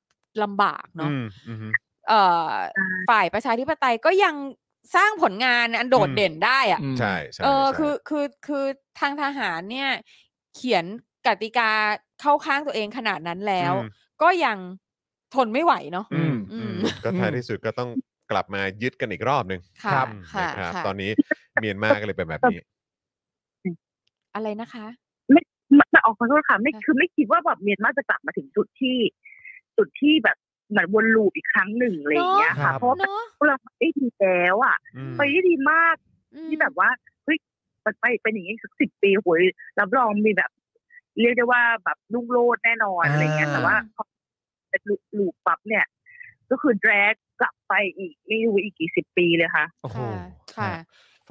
[SPEAKER 2] ลำบากเนาะ
[SPEAKER 1] อืมอืม
[SPEAKER 2] เอ่อ
[SPEAKER 4] ใช่
[SPEAKER 2] ฝ่ายประชาธิปไตยก็ยังสร้างผลงานอันโดด
[SPEAKER 1] อืม
[SPEAKER 2] เด่นได้อ่ะ
[SPEAKER 3] อืม
[SPEAKER 1] ใช่ใช่
[SPEAKER 2] เออ
[SPEAKER 1] ใช่
[SPEAKER 2] คือคือคือทางทหารเนี่ย เขียนกติกาเข้าข้างตัวเองขนาดนั้นแล้ว
[SPEAKER 1] อืม
[SPEAKER 2] ก็ยังทนไม่ไหวเนาะ
[SPEAKER 1] อืม
[SPEAKER 2] อื
[SPEAKER 1] อื
[SPEAKER 2] ม
[SPEAKER 1] มก็ท้ายที่สุดก็ต้องกลับมายึดกันอีกรอบหนึ่ง
[SPEAKER 2] ค่ะ
[SPEAKER 3] ครับ
[SPEAKER 2] ค่ะ
[SPEAKER 1] นะครับ
[SPEAKER 2] ค่ะ
[SPEAKER 1] ตอนนี้เมียนมาก็เลยเป็นแบบนี้
[SPEAKER 2] อะไรนะคะ
[SPEAKER 4] ไม่ไม่ออกขอโทษค่ะไม่
[SPEAKER 2] ค่ะ
[SPEAKER 4] คือไม่คิดว่าแบบเมียนมาจะกลับมาถึงจุดที่ จุดที่แบบเหมือนวนลูปอีกครั้งหนึ่งอะไรอย่างเงี้ย
[SPEAKER 3] ครั
[SPEAKER 4] ค่ะ
[SPEAKER 3] บ
[SPEAKER 4] เพราะว่า
[SPEAKER 2] เนาะ
[SPEAKER 4] เราได้ดีแล้วอ่ะ
[SPEAKER 1] อืม
[SPEAKER 4] ไปได้ดีมาก
[SPEAKER 2] อืม
[SPEAKER 4] ที่แบบว่าเฮ้ยมันไปเป็นอย่างนี้สักสิบปีโหยรับรองมีแบบ เรียกได้ว่าแบบลุ่งโลดแน่นอน
[SPEAKER 3] อ่า
[SPEAKER 4] อะไรเงี้ยแต่ว่าพอเป็นลูกปั๊บเนี่ย ก็คือแดรกกลับไปอีกไม่รู้อีกกี่สิบปีเลยค่ะ
[SPEAKER 3] โอ้โห
[SPEAKER 2] ค่ะ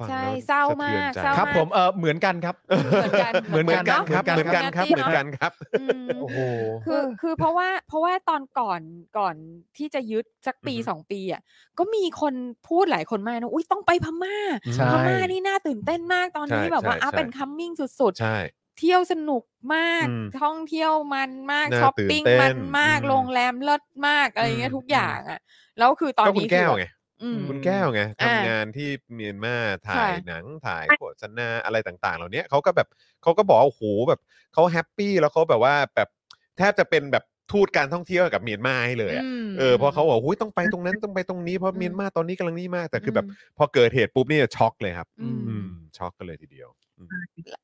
[SPEAKER 2] ค่ะ
[SPEAKER 1] ฟัง
[SPEAKER 2] ใช่
[SPEAKER 1] แล้ว
[SPEAKER 2] เศร้า
[SPEAKER 1] สะทือน
[SPEAKER 2] มาก
[SPEAKER 1] ใจ
[SPEAKER 2] เศร้า
[SPEAKER 3] ครับผมเออเหมือนกันครับ
[SPEAKER 2] เหมือนกัน
[SPEAKER 3] เหมือน
[SPEAKER 1] เหมือนกันครับ
[SPEAKER 3] ะ
[SPEAKER 1] เหมือนกันครับเหมือนกันครับ
[SPEAKER 2] อืม
[SPEAKER 3] โอ้โห
[SPEAKER 2] คือคือเพราะว่าเพราะว่าตอนก่อนก่อนที่จะยึดสักปี
[SPEAKER 1] อือฮึ
[SPEAKER 2] สองปีอ่ะก็มีคนพูดหลายคนมากนะอุ้ยต้องไปพม่า
[SPEAKER 3] ใช่
[SPEAKER 2] พม่านี่น่าตื่นเต้นมากตอนนี้
[SPEAKER 1] ใช่
[SPEAKER 2] แบบว่า
[SPEAKER 1] ใช่
[SPEAKER 2] อัพ
[SPEAKER 1] ใช่
[SPEAKER 2] เป็นคัมมิ่งสุดๆ
[SPEAKER 1] ใช่
[SPEAKER 2] เที่ยวสนุกมาก
[SPEAKER 1] อืม
[SPEAKER 2] ท่องเที่ยวมันมาก
[SPEAKER 1] น่า
[SPEAKER 2] ช้อปปิ้ง
[SPEAKER 1] ตื่นเต้น
[SPEAKER 2] มันมาก
[SPEAKER 1] อืม
[SPEAKER 2] โรงแรมเลิศมากอะไรอย่างเงี้
[SPEAKER 1] อื
[SPEAKER 2] ย
[SPEAKER 1] ม
[SPEAKER 2] ทุกอย่างอ่ะ แล้วคือตอน
[SPEAKER 1] ก็คุ
[SPEAKER 2] นี้
[SPEAKER 1] ณแก้วไง
[SPEAKER 2] อืม
[SPEAKER 3] อื
[SPEAKER 1] คุณแก้วไง
[SPEAKER 2] อ่า
[SPEAKER 1] ทำงานที่เมียนมาถ่า
[SPEAKER 2] ค่ะ
[SPEAKER 1] ยหนังถ่ายโฆษณาอะไรต่าง ๆ เหล่านี้เขาก็แบบเขาก็บอกว่าโอ้โหแบบเขาแฮปปี้แล้วเขาแบบว่าแบบแทบจะเป็นแบบทูตการท่องเที่ยวให้กับเมียนมาให้เลยอะเออเพราะเขาบอกโอ้ยต้องไปตรงนั้นต้องไปตรงนี้เพราะ
[SPEAKER 2] อืม
[SPEAKER 1] เมียนมาตอนนี้กำลังนี่มากแต่คือแบบพอเกิดเหตุปุ๊บนี่ช็อกเลยครับ
[SPEAKER 2] อืม
[SPEAKER 1] อื
[SPEAKER 2] อื
[SPEAKER 1] ม
[SPEAKER 2] ม
[SPEAKER 1] ช็อกกันเลยทีเดียว อืม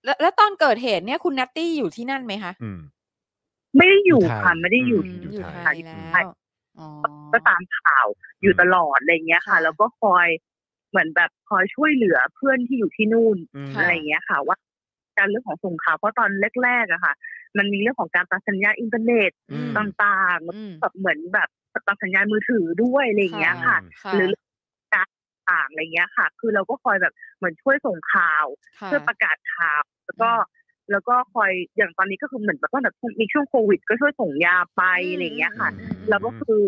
[SPEAKER 2] แล้วแล้วตอนเกิดเหตุเนี่ยคุณนัตตี้อยู่ที่นั่นไหมคะ
[SPEAKER 1] อืม
[SPEAKER 4] ไม่ได้อยู่
[SPEAKER 3] อยู่ไทย
[SPEAKER 4] ค่ะไม่ได้อยู่
[SPEAKER 1] อืม
[SPEAKER 2] อยู่
[SPEAKER 1] ไท
[SPEAKER 2] ไท
[SPEAKER 1] ย
[SPEAKER 2] ย
[SPEAKER 1] อยู่
[SPEAKER 2] แล้
[SPEAKER 1] ไทย
[SPEAKER 2] วอ๋อ
[SPEAKER 4] ก็ตามข่าวอยู่
[SPEAKER 1] อืม
[SPEAKER 4] ตลอดอะไรเงี้ยค่ะ
[SPEAKER 2] ค่ะ
[SPEAKER 4] แล้วก็คอยเหมือนแบบคอยช่วยเหลือเพื่อนที่อยู่ที่นู่น
[SPEAKER 1] อืม
[SPEAKER 2] ค่ะ
[SPEAKER 4] อะไรอย่างเงี้ยค่ะว่า การเรื่องของสงครามเพราะตอนแรกๆอะค่ะ มันมีเรื่องของการตัดสัญญาณอินเทอร์เน็ต
[SPEAKER 1] อืม
[SPEAKER 4] ต่างๆ
[SPEAKER 2] อืม
[SPEAKER 4] แบบเหมือนแบบตัดสัญญาณมือถือด้วยอะไรอย่างเงี้ยค่ะ
[SPEAKER 2] ค่ะ
[SPEAKER 4] หรือการต่างอะไรเงี้ยค่ะ คือเราก็คอยแบบเหมือนช่วยส่งข่าว
[SPEAKER 2] ค่ะ
[SPEAKER 4] เพื่อประกาศข่าว แล้วก็
[SPEAKER 2] อืม
[SPEAKER 4] แล้วก็คอยอย่างตอนนี้ก็คือเหมือนแบบว่าแบบมีช่วงโควิด ก็ช่วยส่งยาไป
[SPEAKER 2] อืม
[SPEAKER 4] อะไรเงี้ยค่ะ
[SPEAKER 1] อืม
[SPEAKER 4] เราก็คือ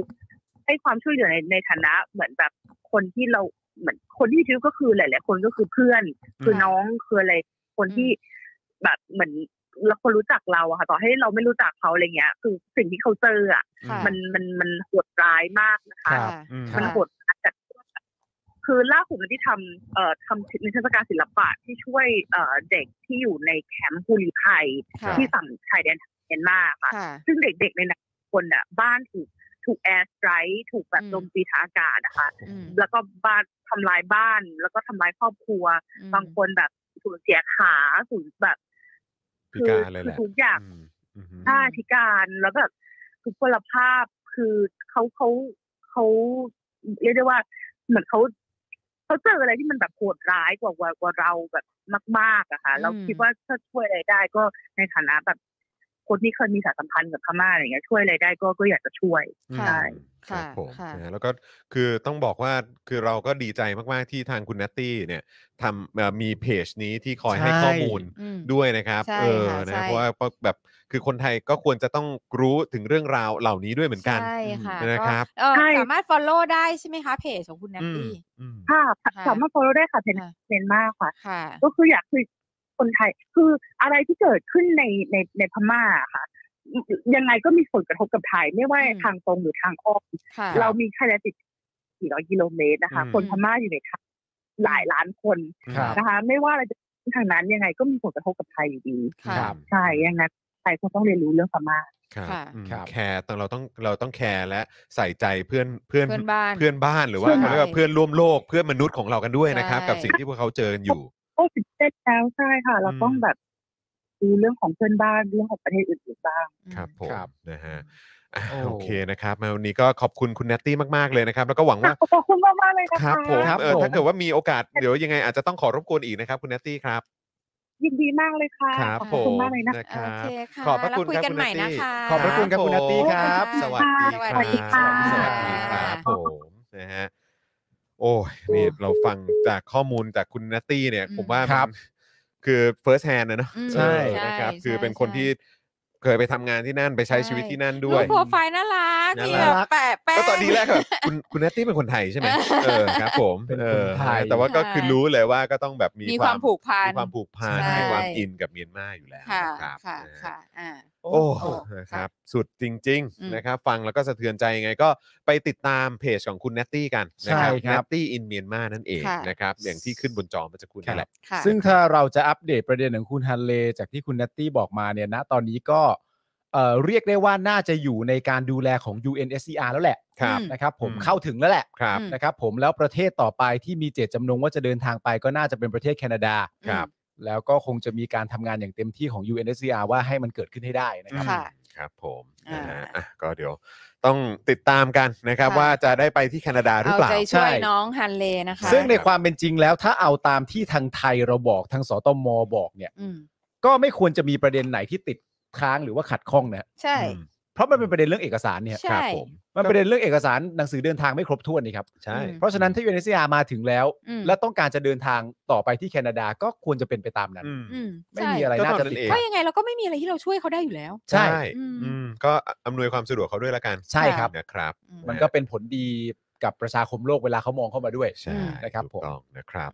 [SPEAKER 4] ให้ความช่วยเหลือในในฐานะเหมือนแบบคนที่เราเหมือนคนที่ชีวิตก็คือหลาย ๆ คนก็คือเพื่อน คือ
[SPEAKER 2] ค่ะ
[SPEAKER 4] น้องคืออะไรคน
[SPEAKER 2] อืม
[SPEAKER 4] ที่แบบเหมือนเราคนรู้จักเราอะค่ะต่อให้เราไม่รู้จักเขาอะไรเงี้ย คือสิ่งที่เขาเจออะ
[SPEAKER 2] ค่ะ
[SPEAKER 4] มันมันมันโหดร้ายมากนะคะ
[SPEAKER 3] ครับ
[SPEAKER 2] ค่ะ
[SPEAKER 1] อืม
[SPEAKER 4] มัน
[SPEAKER 2] ค่ะ
[SPEAKER 4] โหดร้ายจากคือล่าสุดที่ทำเอ่อทำนิทรรศการศิลปะที่ช่วยเอ่อเด็กที่อยู่ในแคมป์ภูริไทย
[SPEAKER 1] ครับ
[SPEAKER 4] ที่ฝั่งชายแดนเมียนมาค่ะ
[SPEAKER 2] ค่ะ
[SPEAKER 4] ซึ่งเด็กๆในนั้นคนอ่ะ บ้านถูกถูกแอร์สไตร์ถูกแบบ
[SPEAKER 2] อืม
[SPEAKER 4] โจมตีทางอากาศนะคะ
[SPEAKER 2] อืม
[SPEAKER 4] แล้วก็บ้านทำลายบ้าน แล้วก็ทำลายครอบครัว
[SPEAKER 2] อืม
[SPEAKER 4] บางคนแบบสูญเสียขาสูญแบบ
[SPEAKER 1] พิ
[SPEAKER 4] คื
[SPEAKER 1] การเลยแห
[SPEAKER 4] คื
[SPEAKER 1] ละ
[SPEAKER 4] ทุกอย่าง
[SPEAKER 1] อืมอืม
[SPEAKER 4] ใช่พิการแล้วแบบทุกพลภาพคือเขาเขาเขาเรียกได้ว่า เหมือนเขาเขาเจออะไรที่มันแบบโหดร้ายกว่ากว่ากว่าเราแบบมาก ๆอะค่ะ
[SPEAKER 2] อืม
[SPEAKER 4] เราคิดว่าถ้าช่วยอะไรได้ก็ในฐานะแบบ คนที่เคยมีสายสัมพันธ์กับพม่าอะไรเงี้ยช่วยอะไรได้ก็ก็อยากจะช่วย
[SPEAKER 2] ค่ะ
[SPEAKER 1] อืมครั
[SPEAKER 2] ค่ะ
[SPEAKER 1] บผม
[SPEAKER 2] ค่ะ
[SPEAKER 1] นะแล้วก็คือต้องบอกว่าคือเราก็ดีใจมาก ๆ ที่ทางคุณนัตตี้เนี่ยทำเอ่อมีเพจนี้ที่คอยให้
[SPEAKER 3] ใช่
[SPEAKER 1] ข้อมูล
[SPEAKER 2] อืม
[SPEAKER 1] ด้วยนะครับ
[SPEAKER 2] ใช่
[SPEAKER 1] เออ
[SPEAKER 2] ค่ะ
[SPEAKER 1] นะ
[SPEAKER 2] ใช่
[SPEAKER 1] เพราะว่าแบบคือคนไทยก็ควรจะต้องรู้ถึงเรื่องราวเหล่านี้ด้วยเหมือนกัน
[SPEAKER 2] ใช่ค่ะ
[SPEAKER 1] นะครับ
[SPEAKER 2] ก็เอ่อ
[SPEAKER 4] ใช่
[SPEAKER 2] สามารถ follow ได้ใช่ไหมคะ เพจของคุณแนต
[SPEAKER 1] อืม
[SPEAKER 2] ตี้
[SPEAKER 1] อืม
[SPEAKER 4] ค่ะ
[SPEAKER 2] ค่ะ
[SPEAKER 4] สามารถ follow ได้ค่ะเพน
[SPEAKER 2] ค่ะ
[SPEAKER 4] เพนมากค่ะ
[SPEAKER 2] ค่ะ
[SPEAKER 4] ก็คืออยากคือคนไทยคืออะไรที่เกิดขึ้นในในในพม่าค่ะ ยังไงก็มีผลกระทบกับไทย ไม่ว่า
[SPEAKER 2] อืม
[SPEAKER 4] ทางตรงหรือทางอ้อม
[SPEAKER 2] ค่ะ
[SPEAKER 4] เรามีคะแนนติด 400 กิโลเมตรนะคะ
[SPEAKER 1] อืม
[SPEAKER 4] คนพม่าอยู่ในไทยหลายล้านคน
[SPEAKER 3] ครับ
[SPEAKER 4] นะคะ ไม่ว่าอะไรจะเป็นทางนั้นยังไงก็มีผลกระทบกับไทยอยู่ดี
[SPEAKER 2] ค่ะ
[SPEAKER 4] ใช่ยังไงไทยก็ต้องเรียนรู้เรื่องพม่า
[SPEAKER 1] ครับ
[SPEAKER 2] ค่ะ
[SPEAKER 1] อืม
[SPEAKER 3] ครับ
[SPEAKER 1] แคร์ต้องเราต้องเราต้องแคร์และใส่ใจเพื่อนเพื่อน
[SPEAKER 2] เพื่อนบ้าน
[SPEAKER 1] เพื่อนบ้านหรือว่า
[SPEAKER 4] ใช่
[SPEAKER 1] เขาเรียกว่าเพื่อนร่วมโลกเพื่อนมนุษย์ของเรากันด้วยนะครับ
[SPEAKER 2] ใช่
[SPEAKER 1] กับสิ่งที่พวกเขาเจอกันอยู่
[SPEAKER 4] โอ้สิบเจ็ดแล้วใช่ค่ะ เราต้องแบบดูเรื่องของเพื่อนบ้านเรื่องของประเทศอื่นๆบ้าง
[SPEAKER 1] ครับผม
[SPEAKER 3] ครับ
[SPEAKER 1] นะฮะอ่ะ
[SPEAKER 3] โอ้
[SPEAKER 1] โอเคนะครับมาวันนี้ก็ขอบคุณคุณเนตตี้มากๆเลยนะครับ แล้วก็หวังว่า
[SPEAKER 4] ขอบคุณมากมากๆเลยนะ
[SPEAKER 1] ค
[SPEAKER 4] คะ
[SPEAKER 1] รับผม
[SPEAKER 3] ครับ
[SPEAKER 1] เออ
[SPEAKER 3] ผม
[SPEAKER 1] ถ้าเกิดว่ามีโอกาสเดี๋ยวยังไงอาจจะต้องขอรบกวนอีกนะครับ คุณเนตตี้ครับ
[SPEAKER 4] ยินดีมากเลยค่ะ
[SPEAKER 1] ครับ
[SPEAKER 4] ขอบ
[SPEAKER 1] ผ
[SPEAKER 4] คุณ
[SPEAKER 1] ม
[SPEAKER 4] มากเลยนะคะ
[SPEAKER 1] ครับ
[SPEAKER 2] โอเคค่ะ
[SPEAKER 1] ขอบพระคุณ
[SPEAKER 2] แล้ว
[SPEAKER 1] ค
[SPEAKER 2] คุย
[SPEAKER 1] รับ
[SPEAKER 2] กัน
[SPEAKER 1] คุณ
[SPEAKER 2] ให
[SPEAKER 1] เน
[SPEAKER 2] ม่
[SPEAKER 1] ต
[SPEAKER 2] นะ
[SPEAKER 1] ตี้
[SPEAKER 2] คะ
[SPEAKER 3] ขอบพระคุณครับคุณเนตตี้ครับ
[SPEAKER 1] สวัสดี
[SPEAKER 2] ส
[SPEAKER 1] ครับ
[SPEAKER 2] วัสดีค่ะ
[SPEAKER 1] สวัสดีครับผมนะฮะโอ้ยนี่เราฟังจากข้อมูลจากคุณเนตตี้เนี่ย
[SPEAKER 2] อืม
[SPEAKER 1] ผมว่ามัน
[SPEAKER 3] ครับ
[SPEAKER 1] คือ first hand นะเนอะ
[SPEAKER 2] อืม
[SPEAKER 3] ใช่
[SPEAKER 1] เออนะครับ
[SPEAKER 2] ใช่
[SPEAKER 1] คือเป็น
[SPEAKER 2] ใช่
[SPEAKER 1] คนที่เคยไปทำงานที่นั่นไปใช้ชีวิต
[SPEAKER 2] ใช่
[SPEAKER 1] ที่นั่น
[SPEAKER 2] รู
[SPEAKER 1] ด้วย
[SPEAKER 2] ปโปรไฟล์น่ารัก
[SPEAKER 1] น่ารัก
[SPEAKER 2] มีแบบแปะแปะ
[SPEAKER 1] ก็ตอนนี้แรกแบบ คุณคุณแนตตี้เป็นคนไทยใช่ไห มเออครับผม
[SPEAKER 3] เป็นคน
[SPEAKER 1] ออ
[SPEAKER 3] ไทย
[SPEAKER 1] แต่ว่าก็คือ
[SPEAKER 2] ใช่
[SPEAKER 1] รู้เลยว่าก็ต้องแบบมี
[SPEAKER 2] มีความผูกพัน
[SPEAKER 1] มีความผูกพัน
[SPEAKER 2] ใช่
[SPEAKER 1] มีความอินกับเมียนมาอยู่แล้ว
[SPEAKER 2] ค่ะ
[SPEAKER 1] นะครับ
[SPEAKER 2] ค่ะ
[SPEAKER 1] นะฮะ
[SPEAKER 2] ค่ะอ่า
[SPEAKER 1] โอ้
[SPEAKER 2] โอ้
[SPEAKER 1] นะครับสุดจริง
[SPEAKER 2] อืม
[SPEAKER 1] ๆนะครับ ฟังแล้วก็สะเทือนใจยังไงก็ไปติดตามเพจของคุณแนตตี้กันนะครับ
[SPEAKER 3] ใช่ค
[SPEAKER 1] แน
[SPEAKER 3] รับ
[SPEAKER 1] ตตี้อินเมียนมานั่นเองนะครับ อย่างที่ขึ้นบนจอเมันจะคุณนั่นแหละ
[SPEAKER 2] ค่ะ
[SPEAKER 3] ซึ่งถ้าเราจะอัปเดตประเด็นของคุณฮันเล จากที่คุณนัตตี้บอกมาเนี่ยนะตอนนี้ก็เอ่อเรียกได้ว่าน่าจะอยู่ในการดูแลของ UNSCR แล้วแหละ
[SPEAKER 1] ครับ
[SPEAKER 2] อืม
[SPEAKER 3] นะครับผมเข้าถึงแล้วแหละ
[SPEAKER 1] ครับ
[SPEAKER 2] อืม
[SPEAKER 3] นะครับผมแล้วประเทศต่อไปที่มีเจตจำนงว่าจะเดินทางไปก็น่าจะเป็นประเทศแคนาดา
[SPEAKER 1] ครับ
[SPEAKER 3] แล้วก็คงจะมีการทำงานอย่างเต็มที่ของ UNSCR ว่าให้มันเกิดขึ้นให้ได้นะครับ
[SPEAKER 2] ค่ะ
[SPEAKER 1] ครับผม
[SPEAKER 2] อ่าน
[SPEAKER 1] นะฮะอ่ะก็เดี๋ยวต้องติดตามกันนะครับ ว่าจะได้ไปที่แคนาดาหรือ
[SPEAKER 2] เอา
[SPEAKER 1] เปล่า
[SPEAKER 2] ใจช่วย
[SPEAKER 3] ใช่
[SPEAKER 2] น้องฮันเลนะคะ
[SPEAKER 3] ซึ่งในความเป็นจริงแล้วถ้าเอาตามที่ทางไทยเราบอกทางสตมบอกเนี่ย
[SPEAKER 2] อืม
[SPEAKER 3] ก็ไม่ควรจะมีประเด็นไหนที่ติดค้างหรือว่าขัดข้องนะ
[SPEAKER 2] ใช่
[SPEAKER 1] อืม
[SPEAKER 3] เพราะมันเป็นประเด็นเรื่องเอกสารเนี่ย
[SPEAKER 2] ใช่
[SPEAKER 3] ครับผมมันเป็นประเด็นเรื่องเอกสารหนังสือเดินทางไม่ครบถ้วนนี่ครับ
[SPEAKER 1] ใช่
[SPEAKER 2] อืม
[SPEAKER 3] เพราะฉะนั้นถ้า UNSCR มาถึงแล้ว
[SPEAKER 2] อืม
[SPEAKER 3] และต้องการจะเดินทางต่อไปที่แคนาดาก็ควรจะเป็นไปตามนั้น
[SPEAKER 1] อืม
[SPEAKER 2] อืม
[SPEAKER 3] ไม่
[SPEAKER 2] ใช่
[SPEAKER 3] มีอะไร
[SPEAKER 1] ก็
[SPEAKER 3] น่า
[SPEAKER 1] เท่า
[SPEAKER 3] จะ
[SPEAKER 1] นั้น
[SPEAKER 3] ติด
[SPEAKER 1] เอง
[SPEAKER 2] เพราะยังไงเราก็ไม่มีอะไรที่เราช่วยเขาได้อยู่แล้ว
[SPEAKER 3] ใช่
[SPEAKER 2] อืม
[SPEAKER 1] อืมก็อำนวยความสะดวกเขาด้วยละกัน
[SPEAKER 3] ใช่ครับ
[SPEAKER 1] นะครับ
[SPEAKER 2] อืม
[SPEAKER 3] มันก็เป็นผลดีกับประชาคมโลกเวลาเขามองเข้ามาด้วย
[SPEAKER 1] ใช่
[SPEAKER 3] นะครับ
[SPEAKER 1] ถูก
[SPEAKER 3] ผม
[SPEAKER 1] ต้องนะครับ